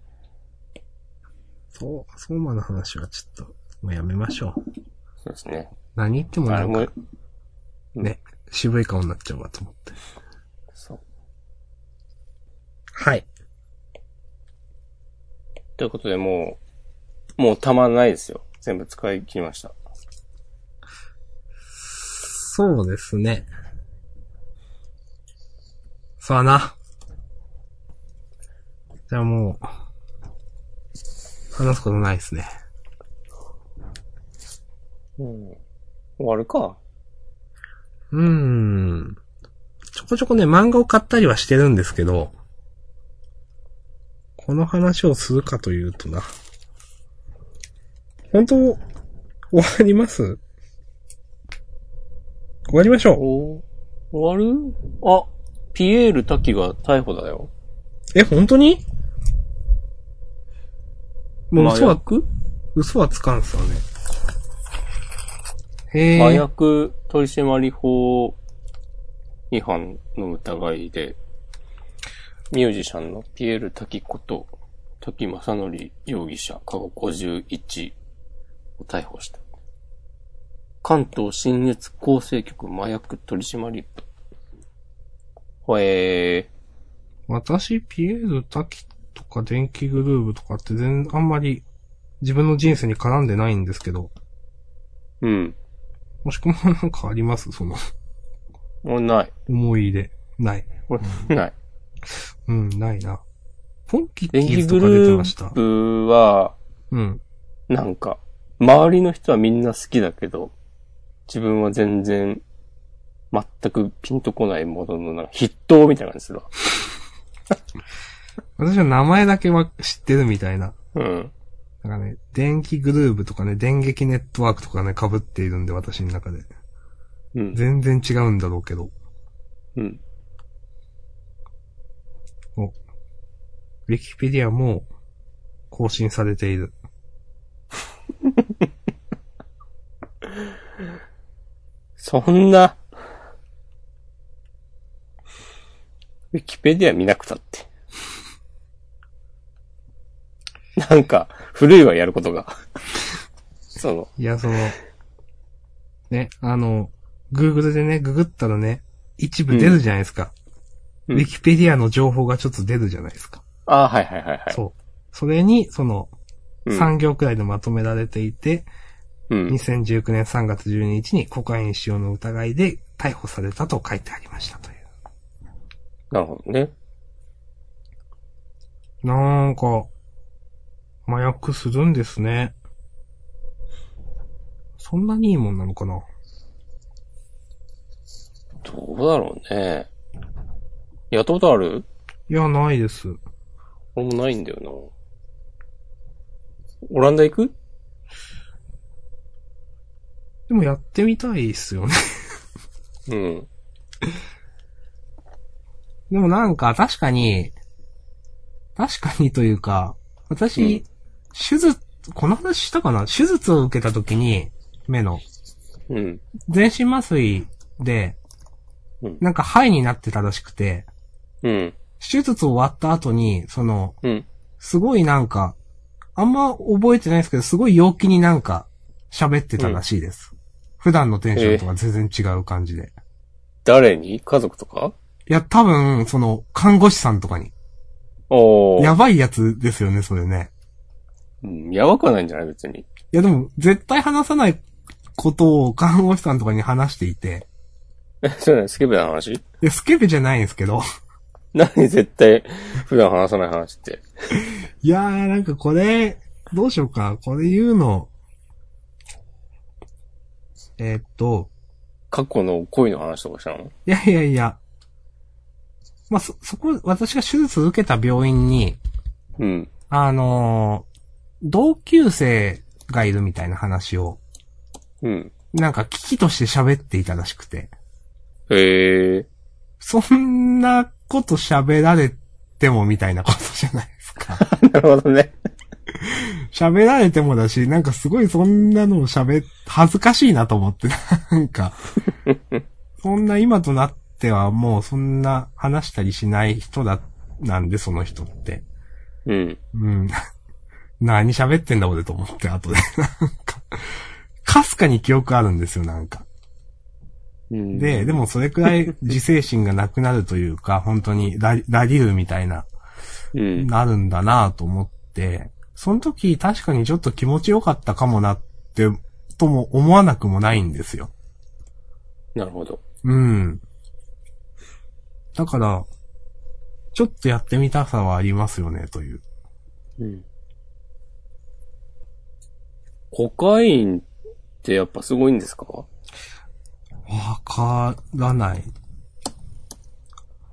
そう、そうまの話はちょっと、もうやめましょう。そうですね。何言ってもあなれんもか、、ね、渋い顔になっちゃうわと思って。そう。はい。ということで、もう、もうたまんないですよ。全部使い切りました。そうですね。さあな。じゃあもう、話すことないですね。うん。終わるか。うーん。ちょこちょこね、漫画を買ったりはしてるんですけど、この話をするかというとな。本当、終わります終わりましょう。お終わるあ、ピエール滝が逮捕だよ。え、本当にもう嘘麻は薬嘘はつかんすよね。へ麻え。薬取締法違反の疑いで、ミュージシャンのピエール滝こと、滝正則容疑者、過去51を逮捕した。関東新越厚生局麻薬取締り部。ほえ私、ピエール滝とか電気グルーヴとかって全然あんまり自分の人生に絡んでないんですけど、ー。うん。もしくもなんかあります その、俺ない。思い入れ。ない。俺ない。うん、ないな。ポンキッ電キー気グズとか出てルましたー。プは、うん。なんか、周りの人はみんな好きだけど、自分は全然、全くピンとこないものの、なんか筆頭みたいな感じするわ。私は名前だけは知ってるみたいな。うん。なんかね、電気グルーヴとかね、電撃ネットワークとかね、被っているんで、私の中で。うん。全然違うんだろうけど。うん。ウィキペディアも更新されている。そんな、ウィキペディア見なくたって。なんか、古いわ、やることが。その、いや、その、ね、あの、Google でね、ググったらね、一部出るじゃないですか。うんウィキペディアの情報がちょっと出るじゃないですか。ああ、はいはいはいはい。そう。それに、その、うん3行くらいでまとめられていて、うん。 2019年3月12日にコカイン使用の疑いで逮捕されたと書いてありましたという。なるほどね。なんか、麻薬するんですね。そんなにいいもんなのかなどうだろうね。やったことあるいや、ないです。俺もないんだよな。オランダ行くでもやってみたいっすよね。うん。でもなんか、確かに、確かにというか、私、うん手術、この話したかな手術を受けた時に、目の、うん。全身麻酔で、うんなんか肺になってたらしくて、うん。手術終わった後に、その、うん。すごいなんか、あんま覚えてないですけど、すごい陽気になんか、喋ってたらしいです。普段のテンションとは全然違う感じで。誰に家族とかいや、多分、その、看護師さんとかに。おー。やばいやつですよね、それね。うんやばくはないんじゃない別に。いや、でも、絶対話さないことを看護師さんとかに話していて。え、それね、スケベな話 いや、スケベじゃないんですけど。 何絶対普段話さない話って。いやー、なんかこれ、どうしようか。これ言うの。えーっと、過去の恋の話とかしたのいやいやいや。まあ、そ、そこ、私が手術を受けた病院に、うん。あのー同級生がいるみたいな話を、うん。なんか危機として喋っていたらしくて。へえ。 そんなこと喋られてもみたいなことじゃないですか。なるほどね。喋られてもだし、なんかすごいそんなのを喋っ、恥ずかしいなと思って、なんか。そんな今となってはもうそんな話したりしない人だ、なんでその人って。うん。うん。何喋ってんだ俺と思って、後で。なんか、かすかに記憶あるんですよ、なんか。うんで、でもそれくらい自制心がなくなるというか、本当にララリルみたいな、うん。なるんだなと思って、その時確かにちょっと気持ちよかったかもなって、とも思わなくもないんですよ。なるほど。うん。だから、ちょっとやってみたさはありますよね、という。うん。コカインってやっぱすごいんですかわからない。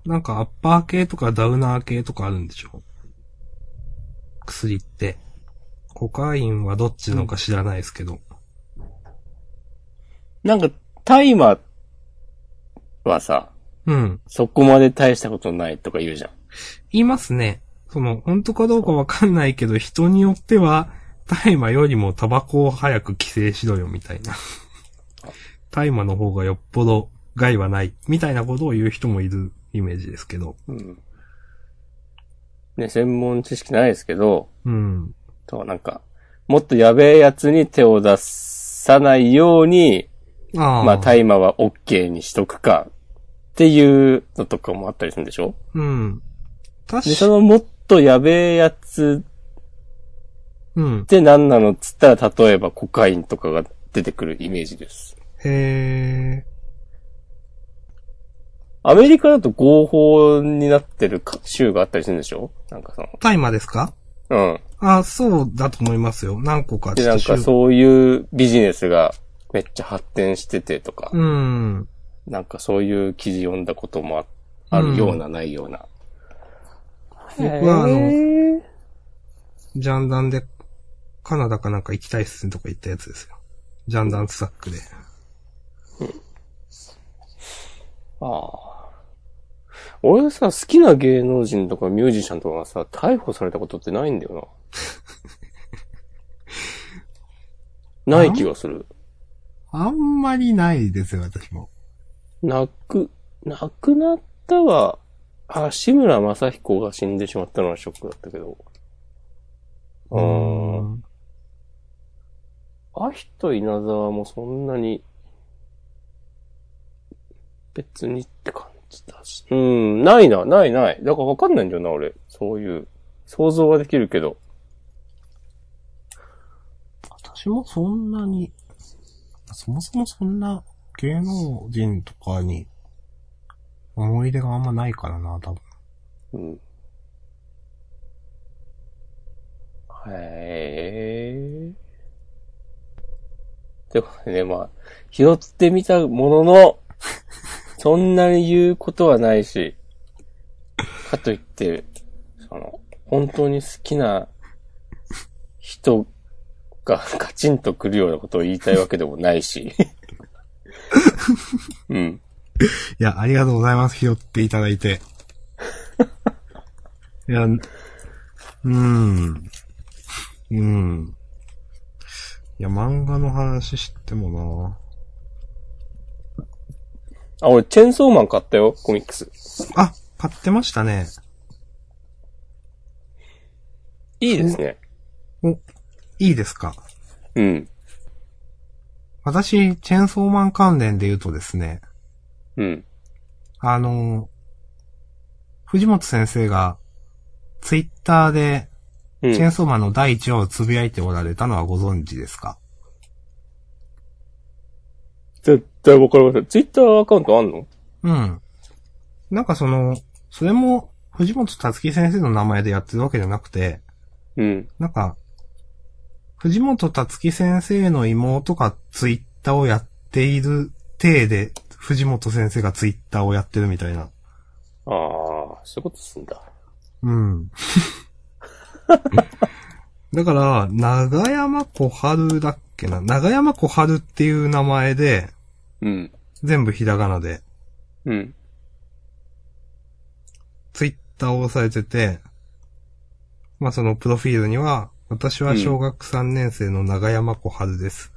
なんかアッパー系とかダウナー系とかあるんでしょ薬って。コカインはどっちのか知らないですけど。なんか、タイマーはさ、うん。そこまで大したことないとか言うじゃん。言いますね。その、本当かどうかわかんないけど、人によっては、大麻よりもタバコを早く規制しろよ、みたいな。 大麻の方がよっぽど害はない、みたいなことを言う人もいるイメージですけど。うん。ね、専門知識ないですけど、うん。となんか、もっとやべえやつに手を出さないように、ああ。まあ大麻は OK にしとくか、っていうのとかもあったりするんでしょうん。確で、そかのもっとやべえやつうんっ。て何なのっつったら、例えばコカインとかが出てくるイメージです。へえ。アメリカだと合法になってるか州があったりするんでしょなんかその、大麻ですかうん。あ、そうだと思いますよ。何個かで、なんかう。そういうビジネスがめっちゃ発展しててとか、うん。なんかそういう記事読んだこともああるような、ないような。僕はあのへージャンダンで、カナダかなんか行きたいっすねとか言ったやつですよ。ジャンダンスサックで。ああ。俺さ、好きな芸能人とかミュージシャンとかがさ、逮捕されたことってないん だよな。ない気がする。あんまりないですよ、私も。なく、亡くなったは、あ、志村正彦が死んでしまったのはショックだったけど。うーん。ん。アヒと稲沢もそんなに、別にって感じだし。うん、ないな、ないない。だからわかんないんだよな、俺。そういう、想像はできるけど。私もそんなに、そもそもそんな芸能人とかに思い出があんまないからな、多分。うん。へえ。ということでね、まあ、拾ってみたもの の、そんなに言うことはないし、かといって、その、本当に好きな人がカチンとくるようなことを言いたいわけでもない し。うん。いや、ありがとうございます。拾っていただいて。 いや、うーん。うん。いや、漫画の話してもあ、俺、チェーンソーマン買ったよ、コミックス。なあ、買ってましたね。いいですね。いいですかうん。私、チェーンソーマン関連で言うとですね、うん。あの、藤本先生が、ツイッターで、うんチェーンソーマンの第1話をつぶやいておられたのはご存知ですか絶対わかりません。ツイッターアカウントあんのうん。なんかその、それも、藤本たつき先生の名前でやってるわけじゃなくて、うん。なんか、藤本たつき先生の妹がツイッターをやっている体で、藤本先生がツイッターをやってるみたいな。ああ、そういうことすんだ。うん。 だから、長山小春だっけな長山小春っていう名前で、うん。全部ひらがなで、うん。ツイッターをされてて、まあそのプロフィールには、私は小学3年生の長山小春です。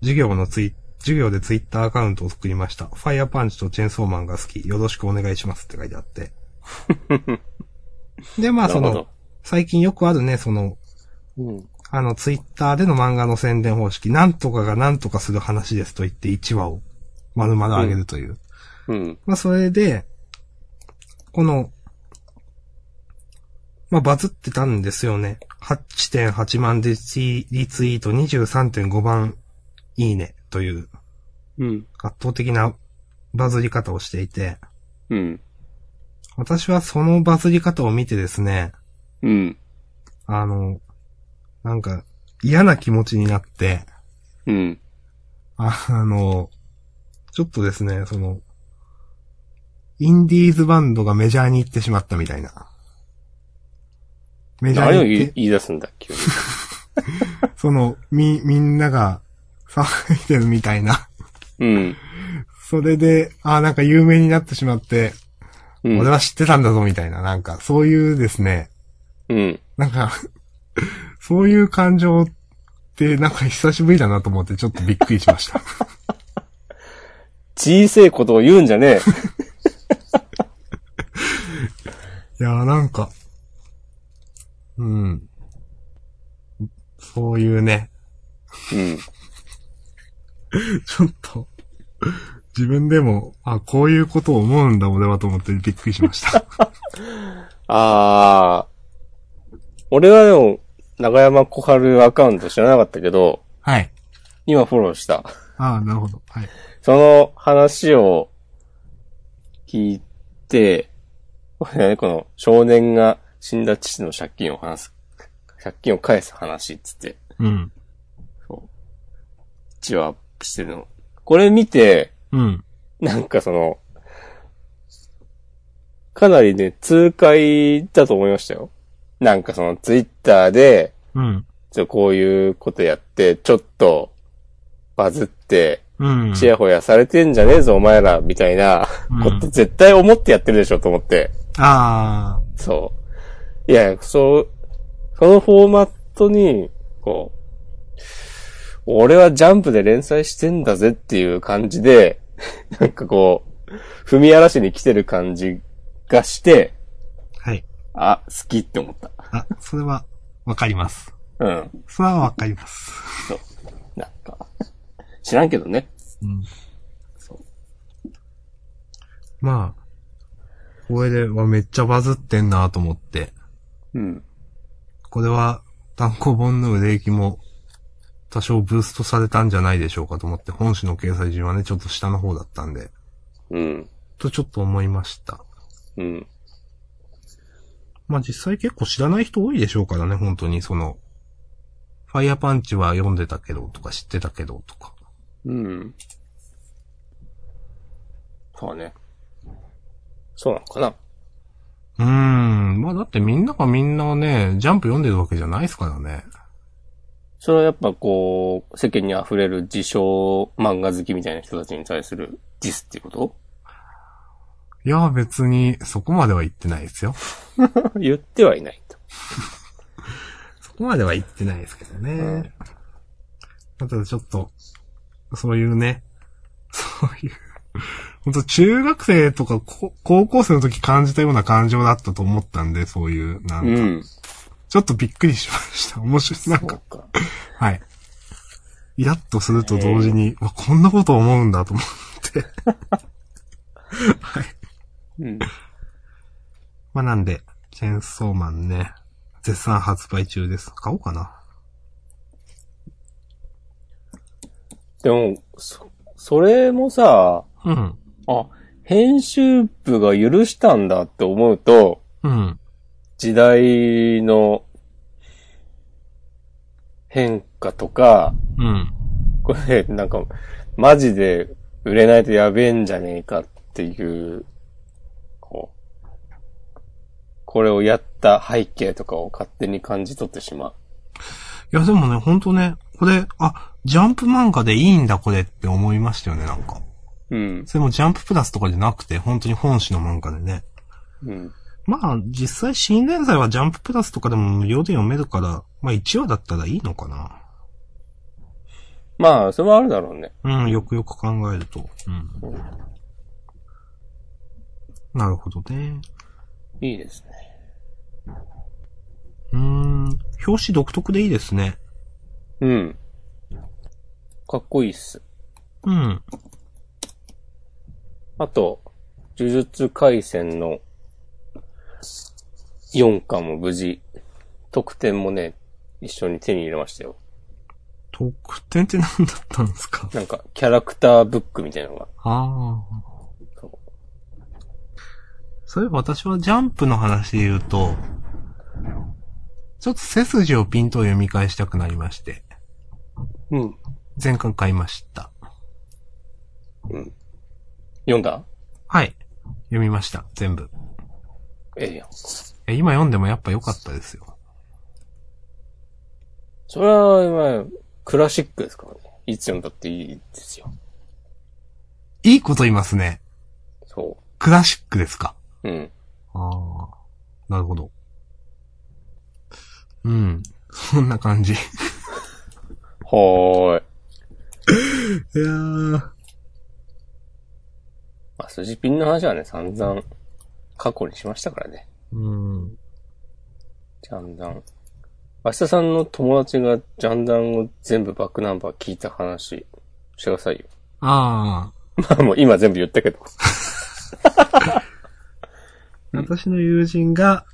授業のツイ、授業でツイッターアカウントを作りました。ファイヤーパンチとチェーンソーマンが好き。よろしくお願いしますって書いてあ って。で、まあそなるの、最近よくあるね、その、ほど。うん。あの、ツイッターでの漫画の宣伝方式、なんとかがなんとかする話ですと言って1話を丸々上げるという。うん。まあ、それで、この、まあ、バズってたんですよね。8.8万リツイリツイート23.5万いいねといううん。圧倒的なバズり方をしていて、うん。私はそのバズり方を見てですね、うん。あの、なんか嫌な気持ちになって、うん。ああの、ちょっとですね、その、インディーズバンドがメジャーに行ってしまったみたいな。メジャ何をーに言行いって、言い出すんだ、急に。その、み、みんなが騒いでるみたいな。うん。それで、ああ、なんか有名になってしまって、うん。俺は知ってたんだぞみたいな、なんか、そういうですね、うん。なんか、そういう感情って、なんか久しぶりだなと思って、ちょっとびっくりしました。小せいことを言うんじゃねいやーなんか、うん。そういうね、え。うん。 ちょっと、自分でも、あ、こういうことを思うんだ、俺はと思ってびっくりしま した。あー俺はでも、長山小春アカウント知らなかったけど、はい。今フォローした。ああ、なるほど。はい。その話を聞いて、 これねこの少年が死んだ父の借金を話す、借金を返す話っつって、うん。父はアップしてるの。これ見て、うん。なんかその、かなりね、痛快だと思いましたよ。なんかそのツイッターで、うん。ちょこういうことやって、ちょっとバズって、うん。ちやほやされてんじゃねえぞ、お前ら、みたいな、うんこと絶対思ってやってるでしょ、と思って。あそう。いや、そう、そのフォーマットに、こう、俺はジャンプで連載してんだぜっていう感じで、 なんかこう、踏み荒らしに来てる感じがして、あ。はい。あ、好きって思った。あ、それは、わかります。うん。それはわかります。なんか、知らんけどね。うん。そうまあ、これで、わ、めっちゃバズってんなと思って。うん。これは、単行本の売れ行きも、多少ブーストされたんじゃないでしょうかと思って、本誌の掲載順はね、ちょっと下の方だったんで、うん。とちょっと思いました。うん。まあ実際結構知らない人多いでしょうからね、本当に、その、ファイヤーパンチは読んでたけど、とか知ってたけど、とか。うん。そうね。そうなのかな。うーん、まあだってみんながみんなね、ジャンプ読んでるわけじゃないですからね。それはやっぱこう、世間に溢れる自称漫画好きみたいな人たちに対するディスっていうこいや、別に、そこまでは言ってないですよ。と 言ってはいないと。そこまでは言ってないですけどうんね。まあただちょっと、そういうね、 そういう、本当中学生とかこ高校生の時感じたような感情だったと思ったんで、そういう、なんか、うん。ちょっとびっくりしました。面白い。なんそうか、か。はい。イラッとすると同時に、わこんなこと思うんだと思って。はい。うん。まあなんで、チェーンソーマンね、絶賛発売中です。買おうかな。でも、そ、それもさ、うん。あ、編集部が許したんだって思うと、うん。時代の変化とか、うん。これ、なんか、マジで売れないとやべえんじゃねえかっていう、こう、これをやった背景とかを勝手に感じ取ってしまう。いや、でもね、ほんとね、これ、あ、ジャンプ漫画でいいんだ、これって思いましたよね、なんか。うん。それもジャンププラスとかじゃなくて、本当に本誌の漫画でね。うん。まあ、実際新連載はジャンププラスとかでも無料で読めるから、まあ1話だったらいいのかな。まあ、それはあるだろうね。うん、よくよく考えると。うん。なるほどね。いいですね。うーん、表紙独特でいいですね。うん。かっこいいっす。うん。あと、呪術廻戦の4巻も無事、特典もね、一緒に手に入れましたよ。特典って何だったんですかなんか、キャラクターブックみたいなのが。ああそう。そういえば私はジャンプの話で言うと、ちょっと背筋をピンと読み返したくなりまして、うん。前回買いました。読んだはい。読みました、全部。ええやん。え今読んでもやっぱ良かったですよ。それは、今、クラシックですからね。いつ読んだっていいですよ。いいこと言いますね。そクラシックですか。う。うん。ああ。なるほど。うん。そんな感じ。いはーい。やー。まあ、筋ピンの話はね、散々、過去にしましたからね。うん。ジャンダン。明日さんの友達がジャンダンを全部バックナンバー聞いた話、してくださいよ。 ああ、まあもう今全部言ったけど。私の友人が、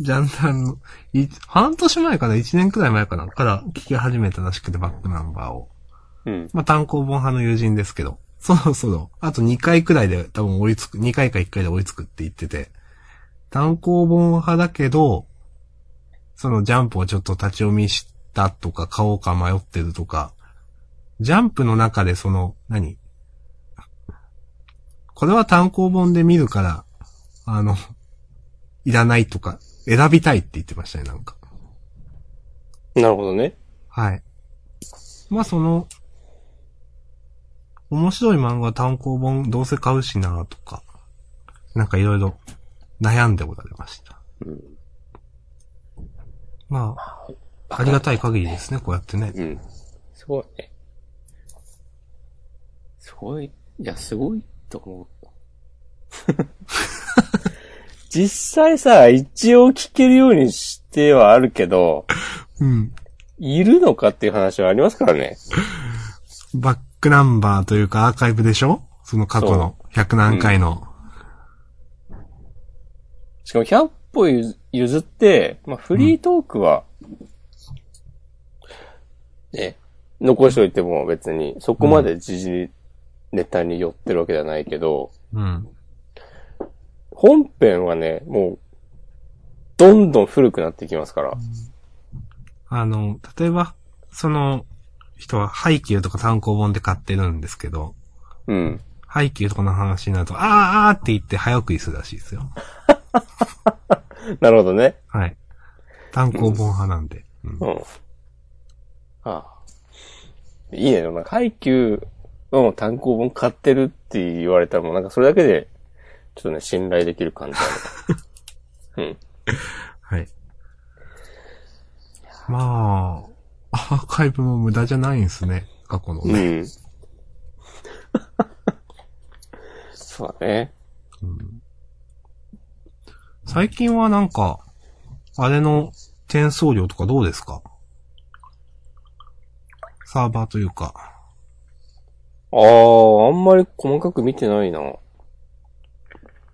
ジャンダンの、い半年前かな、一年くらい前かな、から聞き始めたらしくて、バックナンバーを。うん。まあ、単行本派の友人ですけど、そろそろ、あと2回くらいで多分追いつく、2回か1回で追いつくって言ってて、単行本派だけど、そのジャンプをちょっと立ち読みしたとか、買おうか迷ってるとか、ジャンプの中でその、何これは単行本で見るから、あの、いらないとか、選びたいって言ってましたね、なんか。なるほどね。はい。まあその、面白い漫画単行本どうせ買うしなとか、なんかいろいろ悩んでおられました。うんまあ、ありがたい限りですね、こうやってね。うん。すごいね。すごい、いや、すごいと思う。実際さ、一応聞けるようにしてはあるけど、うん。いるのかっていう話はありますからね。バックナンバーというかアーカイブでしょその過去の100何回の。しかも100歩譲譲って、まあ、フリートークは、ね、残しておいても別に、そこまで時事ネタに寄ってるわけじゃないけど、うん。本編はね、もう、どんどん古くなっていきますから。あの、例えば、その人はハイキューとか単行本で買ってるんですけど、うん。ハイキューとかの話になると、あーあーって言って早送りするらしいですよ。なるほどね。はい。単行本派なんで。うんうん。ああ。いいね。でもなんか、ハイキューの単行本買ってるって言われたらもうなんかそれだけで、ちょっとね、信頼できる感じある。うん。はい。まあ、アーカイブも無駄じゃないんですね。過去のうね。ん。そうだね。最近はなんか、あれの転送量とかどうですかサーバーというか。ああ、あんまり細かく見てないな。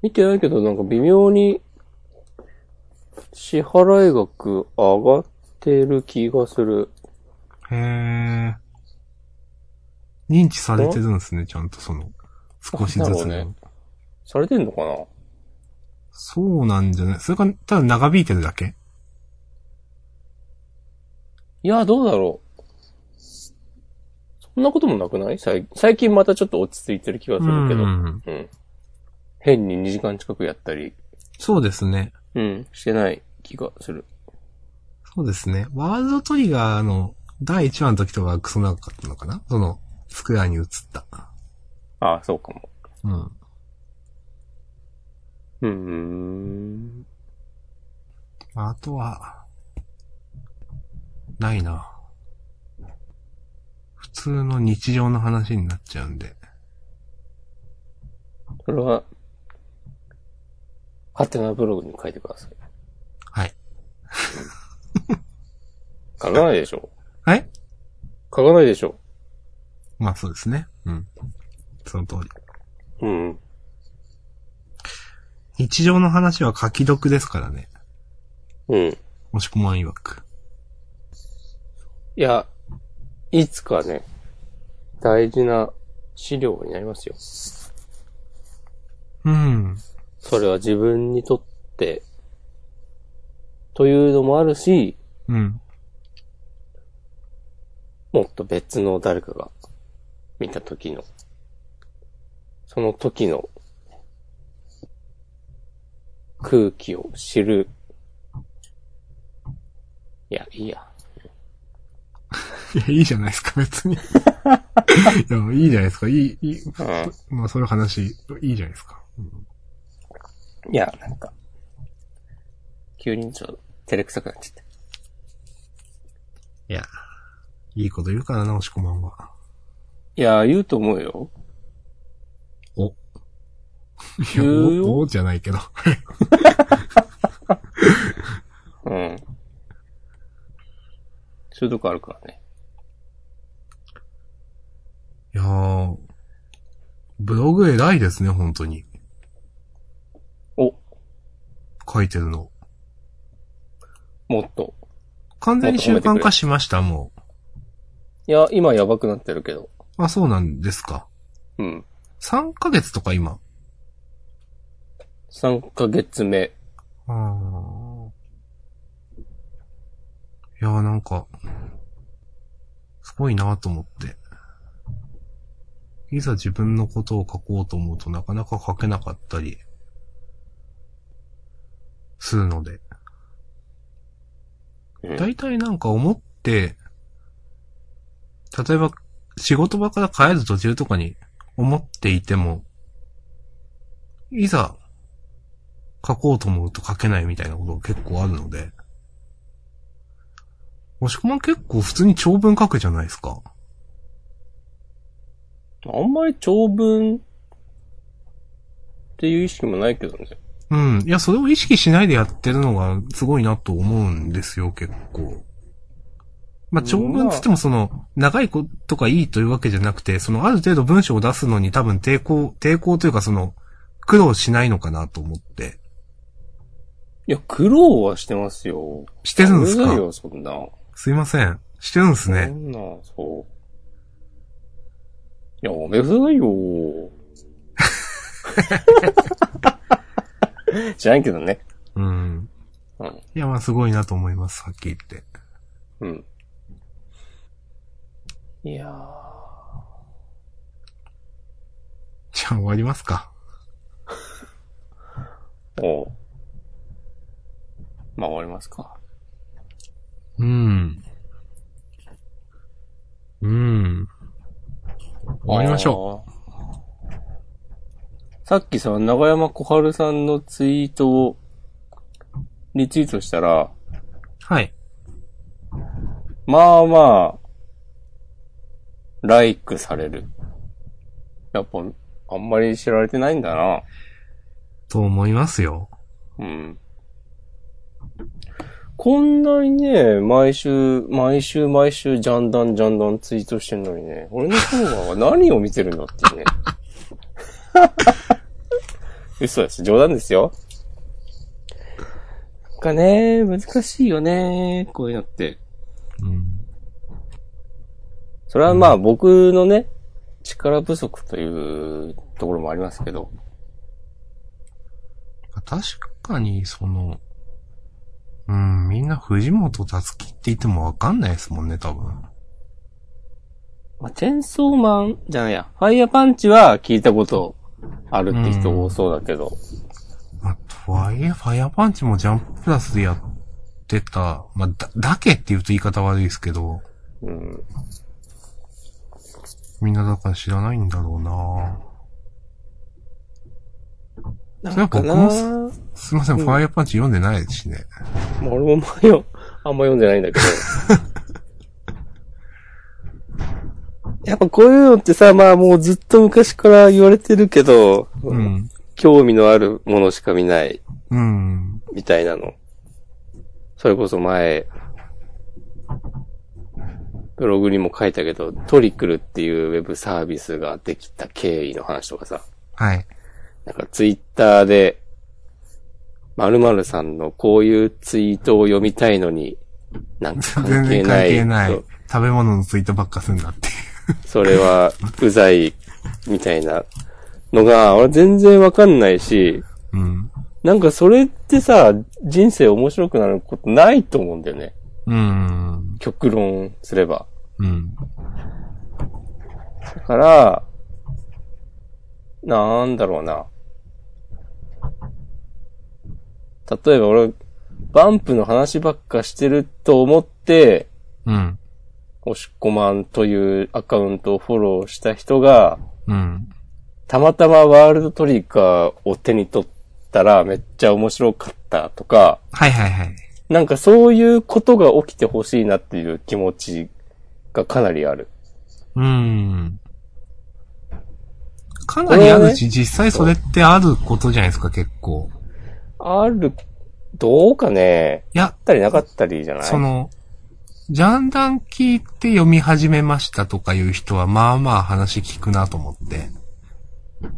見てないけど、なんか微妙に、支払い額上がってる気がする。へえ。認知されてるんですね、ちゃんとその、少しずなんだつろうでねも。されてんのかなそうなんじゃないそれか、ただ長引いてるだけいや、どうだろう。そんなこともなくない最最近またちょっと落ち着いてる気がするけど。うん,、ん。変に2時間近くやったり、そうですね。うん、してない気がする。そうですね。ワールドトリガーの第1話の時とかクソ長かったのかなその、スクエアに移った。ああ、そうかも。ううーん。ん。あとは、ないな。普通の日常の話になっちゃうんで。それは、ハテナブログに書いてください。はい。書かないでしょはい書かないでしょまあそうですね。うん。その通り。うん。日常の話は書き読ですからね。うん。いもしくも曰く。や、いつかね、大事な資料になりますよ。うん。それは自分にとって、というのもあるし、うん。もっと別の誰かが見た時の、その時の空気を知る。いや、いいや。いや、いいじゃないですか、別 に。いや、いいじゃないですか。いい、いい。うまあそういう話、いいじゃないですか。うんん。いや、なんか、急にちょっと照れくさくなっちゃった。いや、いいこと言うからな、押し込まんは。いや、言うと思うよ。お。いや、言うよお、おじゃないけど。うん。そういうとこあるからね。いやー、ブログ偉いですね、本当に。お、書いてるの。もっと。完全に習慣化しました、もいや、今やばくなってるけど。う。あ、そうなんですか。うん。 3ヶ月とか今。 3ヶ月目。あーいやーなんか、すごいなと思って。いざ自分のことを書こうと思うとなかなか書けなかったり、するので。うん大体なんか思って、例えば仕事場から帰る途中とかに思っていても、いざ書こうと思うと書けないみたいなことが結構あるので、もしくも結構普通に長文書くじゃないですか。あんまり長文っていう意識もないけどね。うん。いや、それを意識しないでやってるのがすごいなと思うんですよ、結構。まあ、長文つってもその、長いことがいいというわけじゃなくて、その、ある程度文章を出すのに多分抵抗、抵抗というかその、苦労しないのかなと思って。いや、苦労はしてますよ。してるんですうざかいよ、そんな。すいません。してるんですそね。んな、そう。いや、やめなさい よ。知らんけどね。うん。うん。いや、まあ、すごいなと思います、はっきり言って。うん。いやじゃあ、終わりますか。ー。おうまあ、終わりますか。うん。うん。終わりましょょう。さっきさ、長山小春さんのツイートを、リツイートしたら、う。はい。まあまあ、ライクされる。やっぱ、あんまり知られてないんだな。と思いますよ。うん。こんなにね、毎週、毎週、毎週、ジャンダン、ジャンダンツイートしてんのにね、俺のフォロワーは何を見てるんだっていう ね。嘘です。冗談ですよ。なんかね、難しいよね、こういうのって。うん。それはまあ僕のね、力不足というところもありますけど。確かに、その、うん、みんな藤本達樹って言ってもわかんないですもんね、多分。まあ、チェンソーマンじゃないや、ファイヤーパンチは聞いたことあるって人多そうだけど。まあ、とはいえ、ファイヤーパンチもジャンププラスでやってた、まあ、だ、だけって言うと言い方悪いですけど、うん。みんなだから知らないんだろうなそれは僕もすも、すいません、うんファイヤーパンチ読んでないしね。まあ、俺も前よ、あんま読んでないんだけど。 やっぱこういうのってさ、まあもうずっと昔から言われてるけど、うん。興味のあるものしか見ないうん。みたいなの。それこそ前、ブログにも書いたけど、トリクルっていうウェブサービスができた経緯の話とかさ、はい。なんかツイッターで、〇〇さんのこういうツイートを読みたいのに、なんか関全係然な関い。係ないそう。食べ物のツイートばっかすんなっていう。それは、うざい、みたいなのが、俺全然わかんないし、うん。なんかそれってさ、人生面白くなることないと思うんだよね。うん。極論すれば。うん。だから、なんだろうな。例えば俺、バンプの話ばっかしてると思って、うん。おしっこまんというアカウントをフォローした人が、うん。たまたまワールドトリガーを手に取ったらめっちゃ面白かったとか、はいはいはい。なんかそういうことが起きてほしいなっていう気持ちがかなりある。うん。かなりあるし、実際それってあることじゃないですか、結構。ある、どうかね。いやあっ、たりなかったりじゃないその、ジャンダン聞いて読み始めましたとかいう人は、まあまあ話聞くなと思って。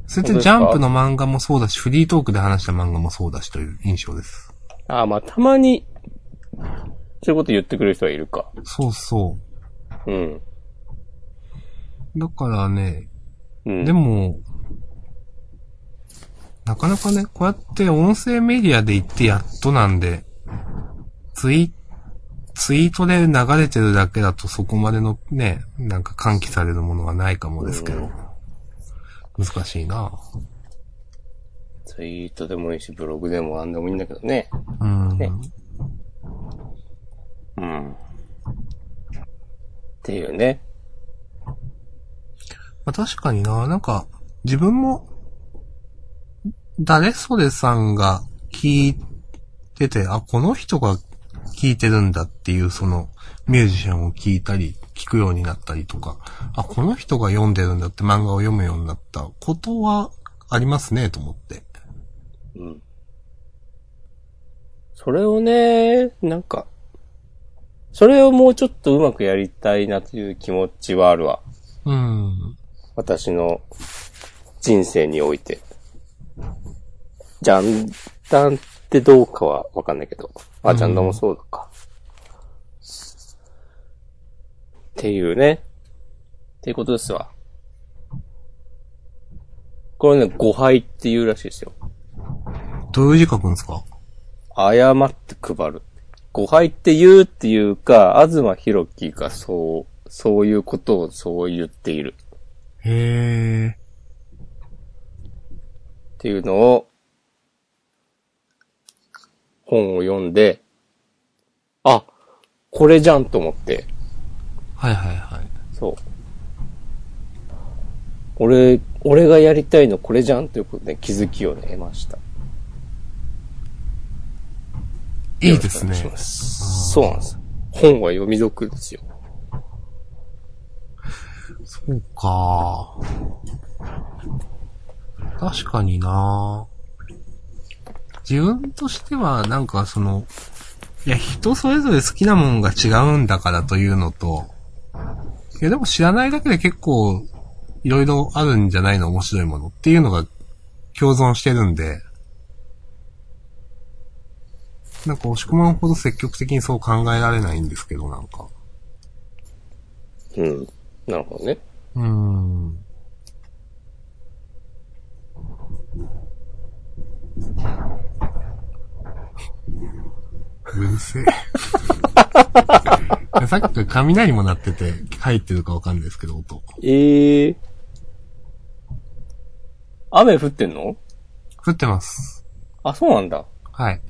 それってジャンプの漫画もそうだし、フリートークで話した漫画もそうだしという印象です。ああ、まあ、たまに、そういうこと言ってくれる人はいるか。そうそうん。う。だからね、うん。でも、なかなかね、こうやって音声メディアで言ってやっとなんで、ツイ、ツイートで流れてるだけだとそこまでのね、なんか喚起されるものはないかもですけど、難しいなツイートでもいいし、ブログでも何でもいいんだけどね。うん。ねうん。っていうね。まあ、確かにな、なんか、自分も、誰それさんが聞いてて、あ、この人が聞いてるんだっていう、その、ミュージシャンを聞いたり、聞くようになったりとか、あ、この人が読んでるんだって漫画を読むようになったことはありますね、と思って。うん。それをね、なんか、それをもうちょっとうまくやりたいなという気持ちはあるわ。うん。私の人生において。ジャンダンってどうかはわかんないけど。あ、うんジャンダンもそうか。っていうね。っていうことですわ。これね、誤配っていうらしいですよ。どういう字書くんですか誤って配る。誤配って言うっていうか、東博樹がそう、そういうことをそう言っている。へえ。っていうのを、本を読んで、あ、これじゃんと思って、はいはいはい。そう。俺、俺がやりたいのこれじゃんということで気づきをね、得ました。いいですよねろしくお。願いしますそうなんです。本は読み読ですよ。そうか。確かにな。自分としては、なんかその、いや、人それぞれ好きなもんが違うんだからというのと、いや、でも知らないだけで結構、いろいろあるんじゃないの面白いものっていうのが共存してるんで、なんか、押し込まんほど積極的にそう考えられないんですけど、なんか。うん。なるほどね。うーん。うるせえ。 さっきから雷も鳴ってて、入ってるかわかんないですけど、音。ええー。雨降ってんの降ってます。あ、そうなんだ。はい。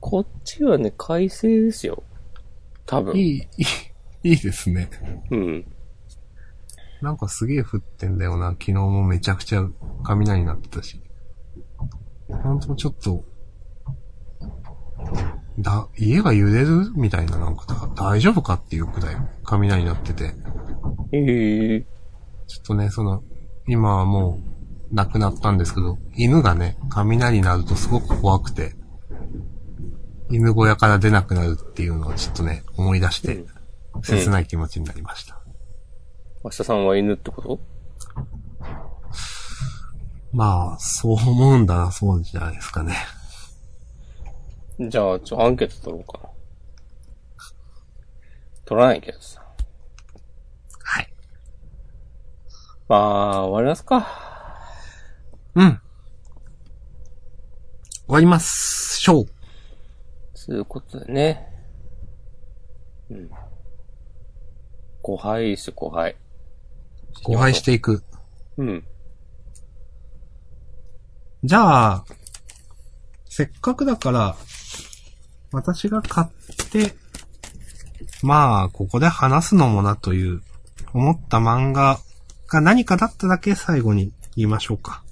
こっちはね、快晴ですよ。多分。いい、いい、いいですね。うん。なんかすげえ降ってんだよな。昨日もめちゃくちゃ雷鳴ってたし。ほんとちょっと、だ、家が揺れるみたいななんかだ大丈夫かっていうくらい雷鳴ってて。ええちょっとね、その、今はもう亡くなったんですけど、犬がね、雷鳴るとすごく怖くて、犬小屋から出なくなるっていうのをちょっとね、思い出して、切ない気持ちになりました。明日さんは犬ってことまあ、そう思うんだな、そうじゃないですかね。じゃあ、ちょ、アンケート取ろうかな。取らないけどさ。はい。まあ、終わりますか。うん。終わります。ショー。そういうことでね。うん。ご敗ですよ、ご敗。誤配していく。うん。じゃあ、せっかくだから、私が買って、まあ、ここで話すのもなという、思った漫画が何かだっただけ最後に言いましょうか。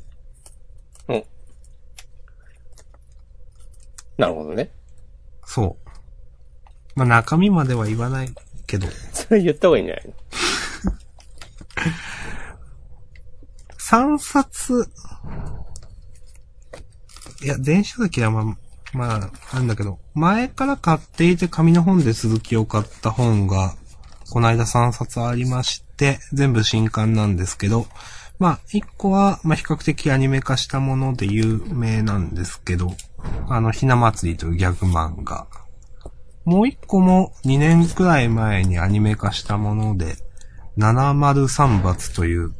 うん。なるほどね。 そう。まあ、中身までは言わないけど。それ言った方がいいんじゃないの3冊、いや、電子書籍はまあ、まあ、あるんだけど、前から買っていて紙の本で続きを買った本が、この間3冊ありまして、全部新刊なんですけど、まあ、一個は、まあ、比較的アニメ化したもので有名なんですけど、あの、ひな祭りというギャグ漫画。もう一個も2年くらい前にアニメ化したもので、703罰という、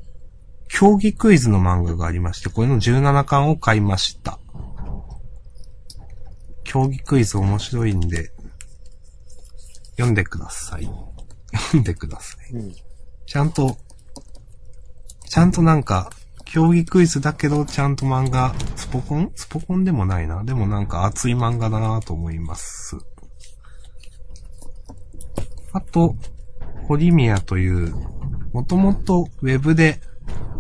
競技クイズの漫画がありまして、これの17巻を買いました。競技クイズ面白いんで、読んでください。読んでください。うんちゃんと、ちゃんとなんか、競技クイズだけど、ちゃんと漫画、スポコンスポコンでもないな。でもなんか熱い漫画だなと思います。あと、堀宮という、もともとウェブで、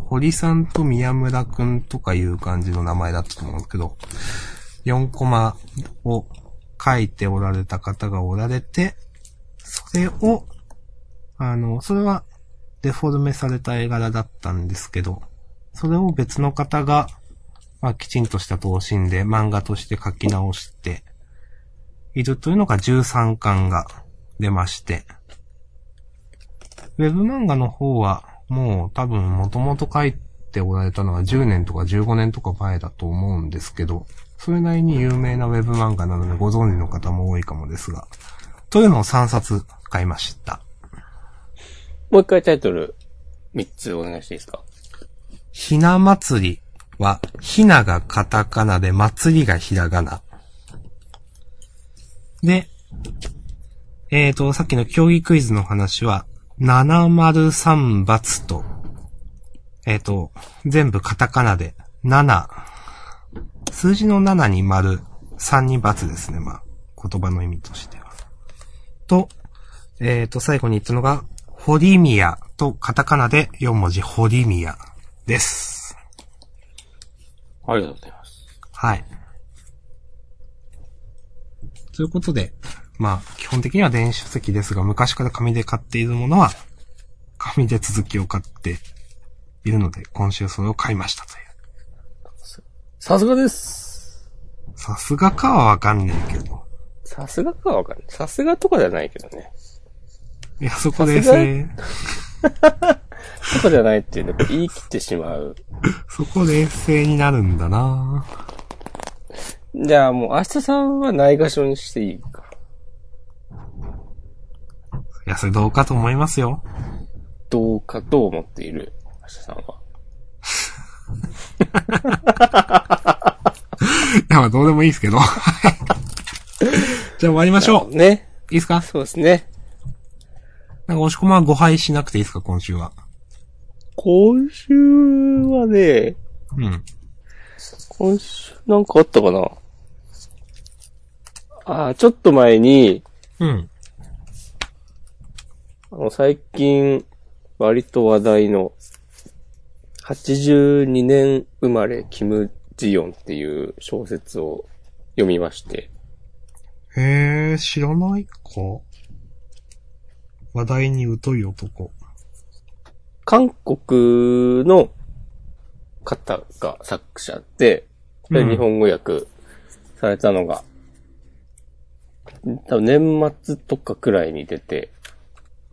堀さんと宮村くんとかいう感じの名前だったと思うんですけど、4コマを書いておられた方がおられて、それを、あの、それはデフォルメされた絵柄だったんですけど、それを別の方が、まあ、きちんとした等身で漫画として書き直しているというのが13巻が出まして、ウェブ漫画の方はもう多分元々書いておられたのは10年とか15年とか前だと思うんですけど、それなりに有名なウェブ漫画なのでご存知の方も多いかもですが、というのを3冊買いました。もう一回タイトル、三つお願いしていいですかひな祭りは、ひながカタカナで、祭りがひらがな。で、えーと、さっきの競技クイズの話は、703罰と、えーと、全部カタカナで、7、数字の7に丸、3に罰ですね、まあ、言葉の意味としては。と、えーと、最後に言ったのが、ホリミヤとカタカナで4文字、ホリミヤです。ありがとうございます。はい。ということで、まあ、基本的には電子書籍ですが、昔から紙で買っているものは、紙で続きを買っているので、今週それを買いましたという。さすがです。さすがかはわかんねえけど。さすがかはわかんない。さすがとかじゃないけどね。いや、そこでさすがせ、とかじゃないっていうのを言い切ってしまう。そこ冷静になるんだなじゃあもう明日さんはないがしろにしていいか。いや、それどうかと思いますよ。どうかと思っている。明日さんは。いや、まあどうでもいいですけど。 じゃあ終わりましょう。ね。いいですかそうですね。なんか、押し込まは誤配しなくていいですか今週は。今週はね、うん。今週なんかあったかなああ、ちょっと前に、うん。あの、最近、割と話題の、82年生まれ、キム・ジヨンっていう小説を読みまして、へえ、知らないか。話題に疎い男。韓国の方が作者で、で、うん日本語訳されたのが、多分年末とかくらいに出て、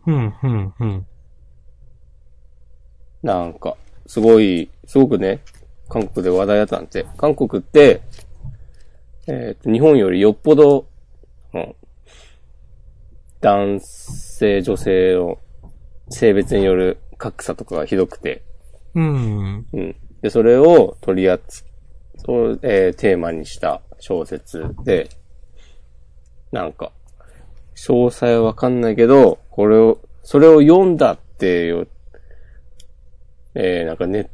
うん、うん、うん。なんか、すごい、すごくね、韓国で話題だったんで、韓国って、えっ、と、日本よりよっぽど、うん男性、女性の性別による格差とかがひどくて、うん。うん。で、それを取り扱う、えーテーマにした小説で、なんか、詳細はわかんないけど、これを、それを読んだっていう、えーなんかネッ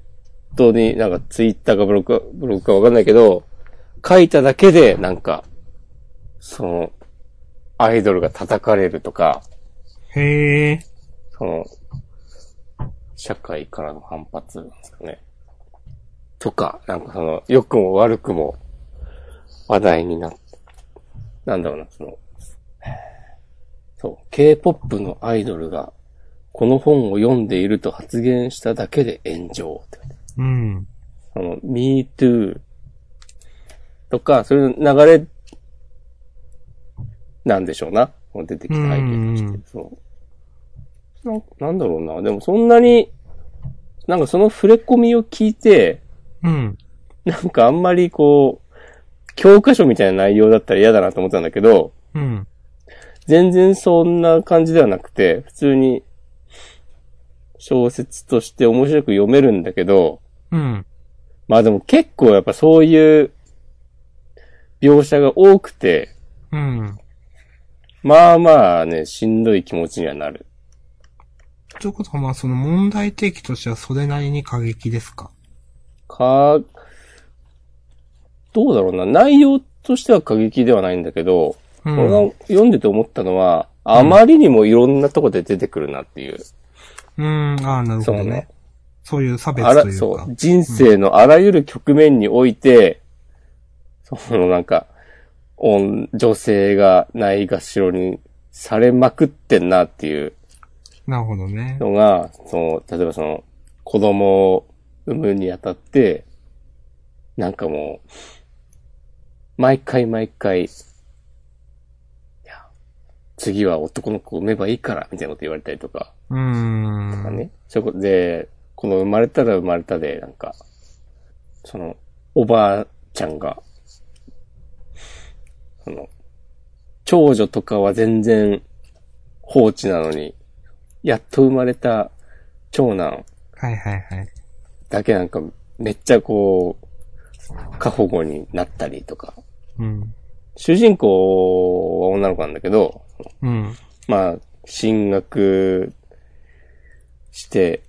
トに、なんかツイッターかブログか、ブログかわかんないけど、書いただけで、なんか、その、アイドルが叩かれるとか、へえ。その、社会からの反発なんですかね。とか、なんかその、良くも悪くも話題になって、なんだろうな、その、そう、K-POP のアイドルが、この本を読んでいると発言しただけで炎上って。うん。その、me too とか、そういう流れ、なんでしょうな。もう出てきたアイデアとうんうしんうて。そう。なんなんだろうな。でもそんなに、なんかその触れ込みを聞いて、うん。なんかあんまりこう、教科書みたいな内容だったら嫌だなと思ったんだけど、うん。全然そんな感じではなくて、普通に小説として面白く読めるんだけど、うん。まあでも結構やっぱそういう描写が多くて、うん。まあまあね、しんどい気持ちにはなる。ということは、まあ、その問題提起としてはそれなりに過激ですかか、どうだろうな。内容としては過激ではないんだけど、うん。俺が読んでて思ったのは、あまりにもいろんなとこで出てくるなっていう。うん、ああ、なるそほのどねね。。そういう差別あとら、いそううか。、人生のあらゆる局面において、そのなんか、女女性がないがしろにされまくってんなっていうなるほどね。のが、その、例えばその、子供を産むにあたって、なんかもう、毎回毎回、いや、次は男の子を産めばいいから、みたいなこと言われたりとか、うーん。ね。そこで、この生まれたら生まれたで、なんか、その、おばあちゃんが、その、長女とかは全然放置なのに、やっと生まれた長男はいはいはい。だけなんかめっちゃこう、過保護になったりとか、うん。主人公は女の子なんだけど、うん。まあ、進学して、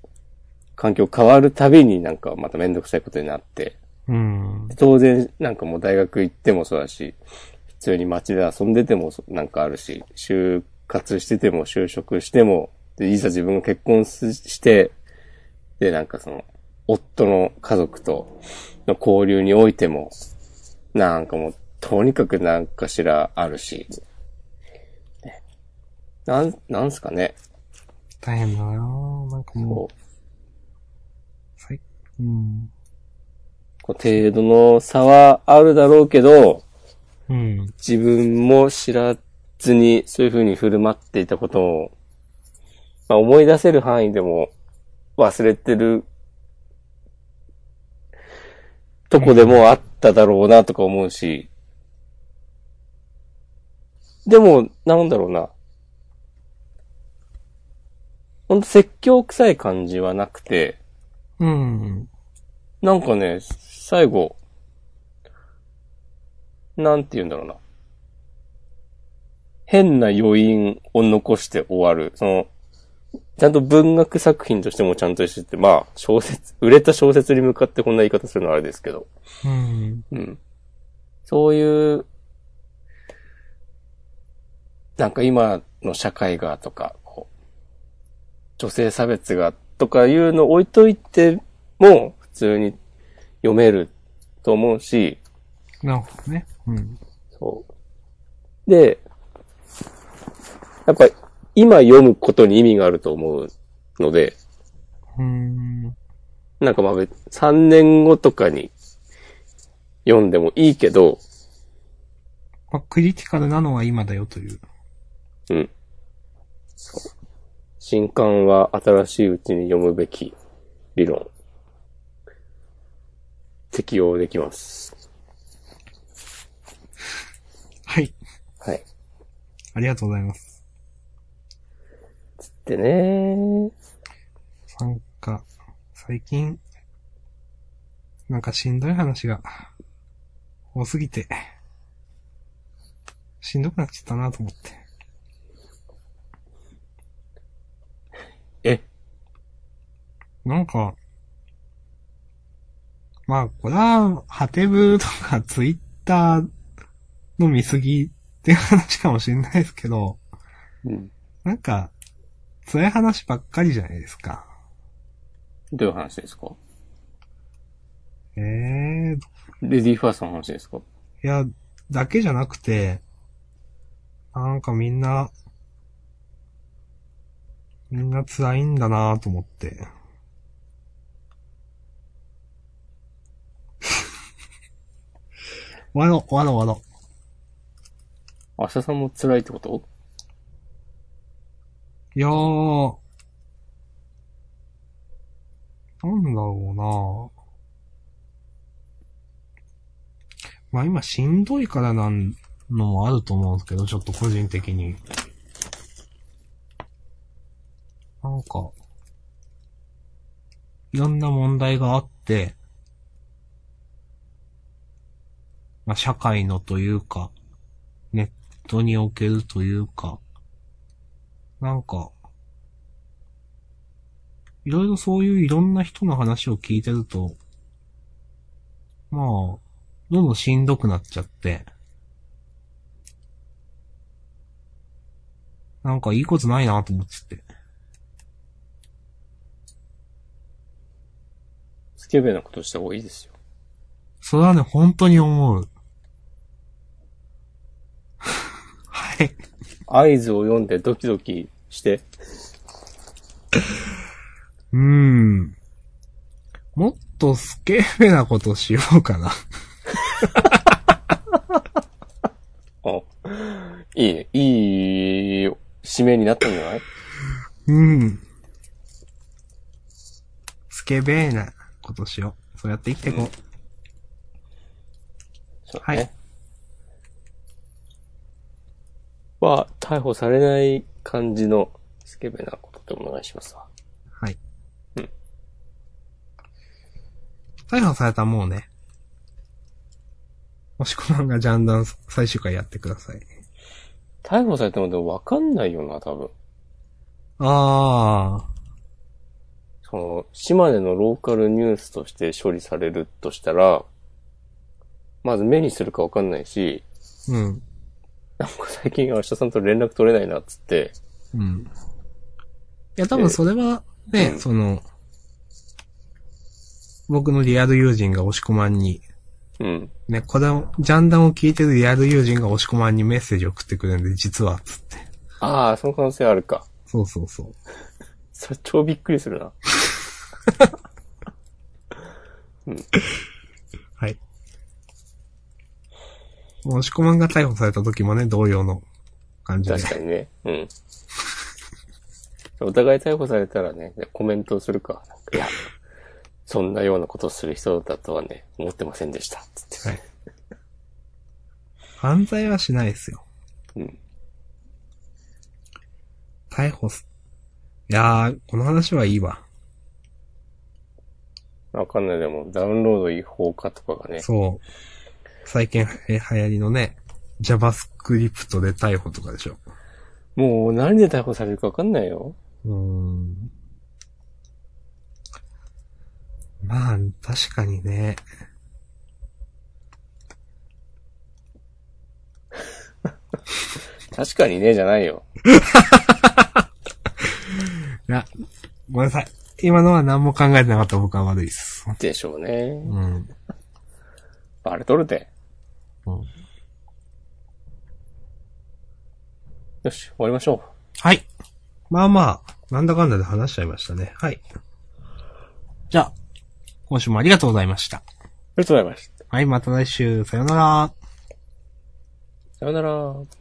環境変わるたびになんかまためんどくさいことになって、うん。当然なんかもう大学行ってもそうだし、普通に街で遊んでてもそなんかあるし、就活してても就職しても、で、いざ自分が結婚すして、で、なんかその、夫の家族との交流においても、なんかもう、とにかくなんかしらあるし、ねなん、なんすかね、大変だなぁなんかもこうう、最、うん。こう程度の差はあるだろうけど、うん。自分も知らずにそういう風に振る舞っていたことを、まあ、思い出せる範囲でも忘れてるとこでもあっただろうなとか思うし、でも、なんだろうな。ほんと説教臭い感じはなくて、うん。なんかね、最後、なんて言うんだろうな。変な余韻を残して終わる。その、ちゃんと文学作品としてもちゃんとしてて、まあ、小説、売れた小説に向かってこんな言い方するのはあれですけど。うん。うん。そういう、なんか今の社会がとか、こう女性差別がとかいうの置いといても、普通に読めると思うし、なるほどね。うん。そう。で、やっぱ今読むことに意味があると思うので、うん。なんかまあ別、3年後とかに読んでもいいけど、まあ、クリティカルなのは今だよという。うん。新刊は新しいうちに読むべき理論。適用できます。はい。はい。ありがとうございます。でねなんか、最近、なんかしんどい話が多すぎて、しんどくなっちゃったなと思って。えなんか、まあ、これは、ハテブとかツイッターの見過ぎっていう話かもしれないですけど、うん。なんか、辛い話ばっかりじゃないですか。どういう話ですかええレディーファーストの話ですかいや、だけじゃなくて、なんかみんな、みんな辛いんだなぁと思って。終わろう、終わろう、終わろ明日さんも辛いってことう。いやー、なんだろうなまあ今しんどいからなんのもあると思うんですけど、ちょっと個人的に。なんか、いろんな問題があって、まあ社会のというか、ネットにおけるというか、なんか、いろいろそういういろんな人の話を聞いてると、まあ、どんどんしんどくなっちゃって、なんかいいことないなと思っちゃって。スケベなことした方がいいですよ。それはね、本当に思う。 はい。合図を読んでドキドキして、うーん。もっとスケベなことしようかな。あ、いいね。いい締めになったんじゃないうん。スケベーなことしよう。そうやって生きていこう。そうはいね。は、逮捕されない感じのスケベなことでお願いしますわ。はい。うん逮捕されたらもうね。もしこまんがジャンダン最終回やってください。逮捕されてもでもわかんないよな、多分。あその、島根のローカルニュースとして処理されるとしたら、まず目にするかわかんないし、ー。うん。なんか最近明日さんと連絡取れないなっつって、うん。いや、多分それはね、うんその、僕のリアル友人が押し込まんに、うん。ね、これを、ジャンダンを聞いてるリアル友人が押し込まんにメッセージを送ってくれるんで、実は、つって。ああ、その可能性あるか。そうそうそう。それ超びっくりするな。はい。押し込まんが逮捕された時もね、同様の感じで。確かにね。うん。お互い逮捕されたらね、コメントをするか。なんかいや、そんなようなことをする人だとはね、思ってませんでした。つって。はい。犯罪はしないですよ。うん。逮捕す。いやー、この話はいいわ。わかんない。でも、ダウンロード違法化とかがね。そう。最近え流行りのね、JavaScript で逮捕とかでしょ。もう、何で逮捕されるかわかんないよ。うーん。まあ、確かにね。確かにね、じゃないよ。いや、ごめんなさい。今のは何も考えてなかった僕は悪いです。でしょうね。うん。バレとるで。うんよし、終わりましょはい。まあまあ、なんだかんだで話しちゃいましたね。はい。じゃあ、今週もありがとうございました。う。ありがとうございました。はい、また来週、さようなら。さよなら。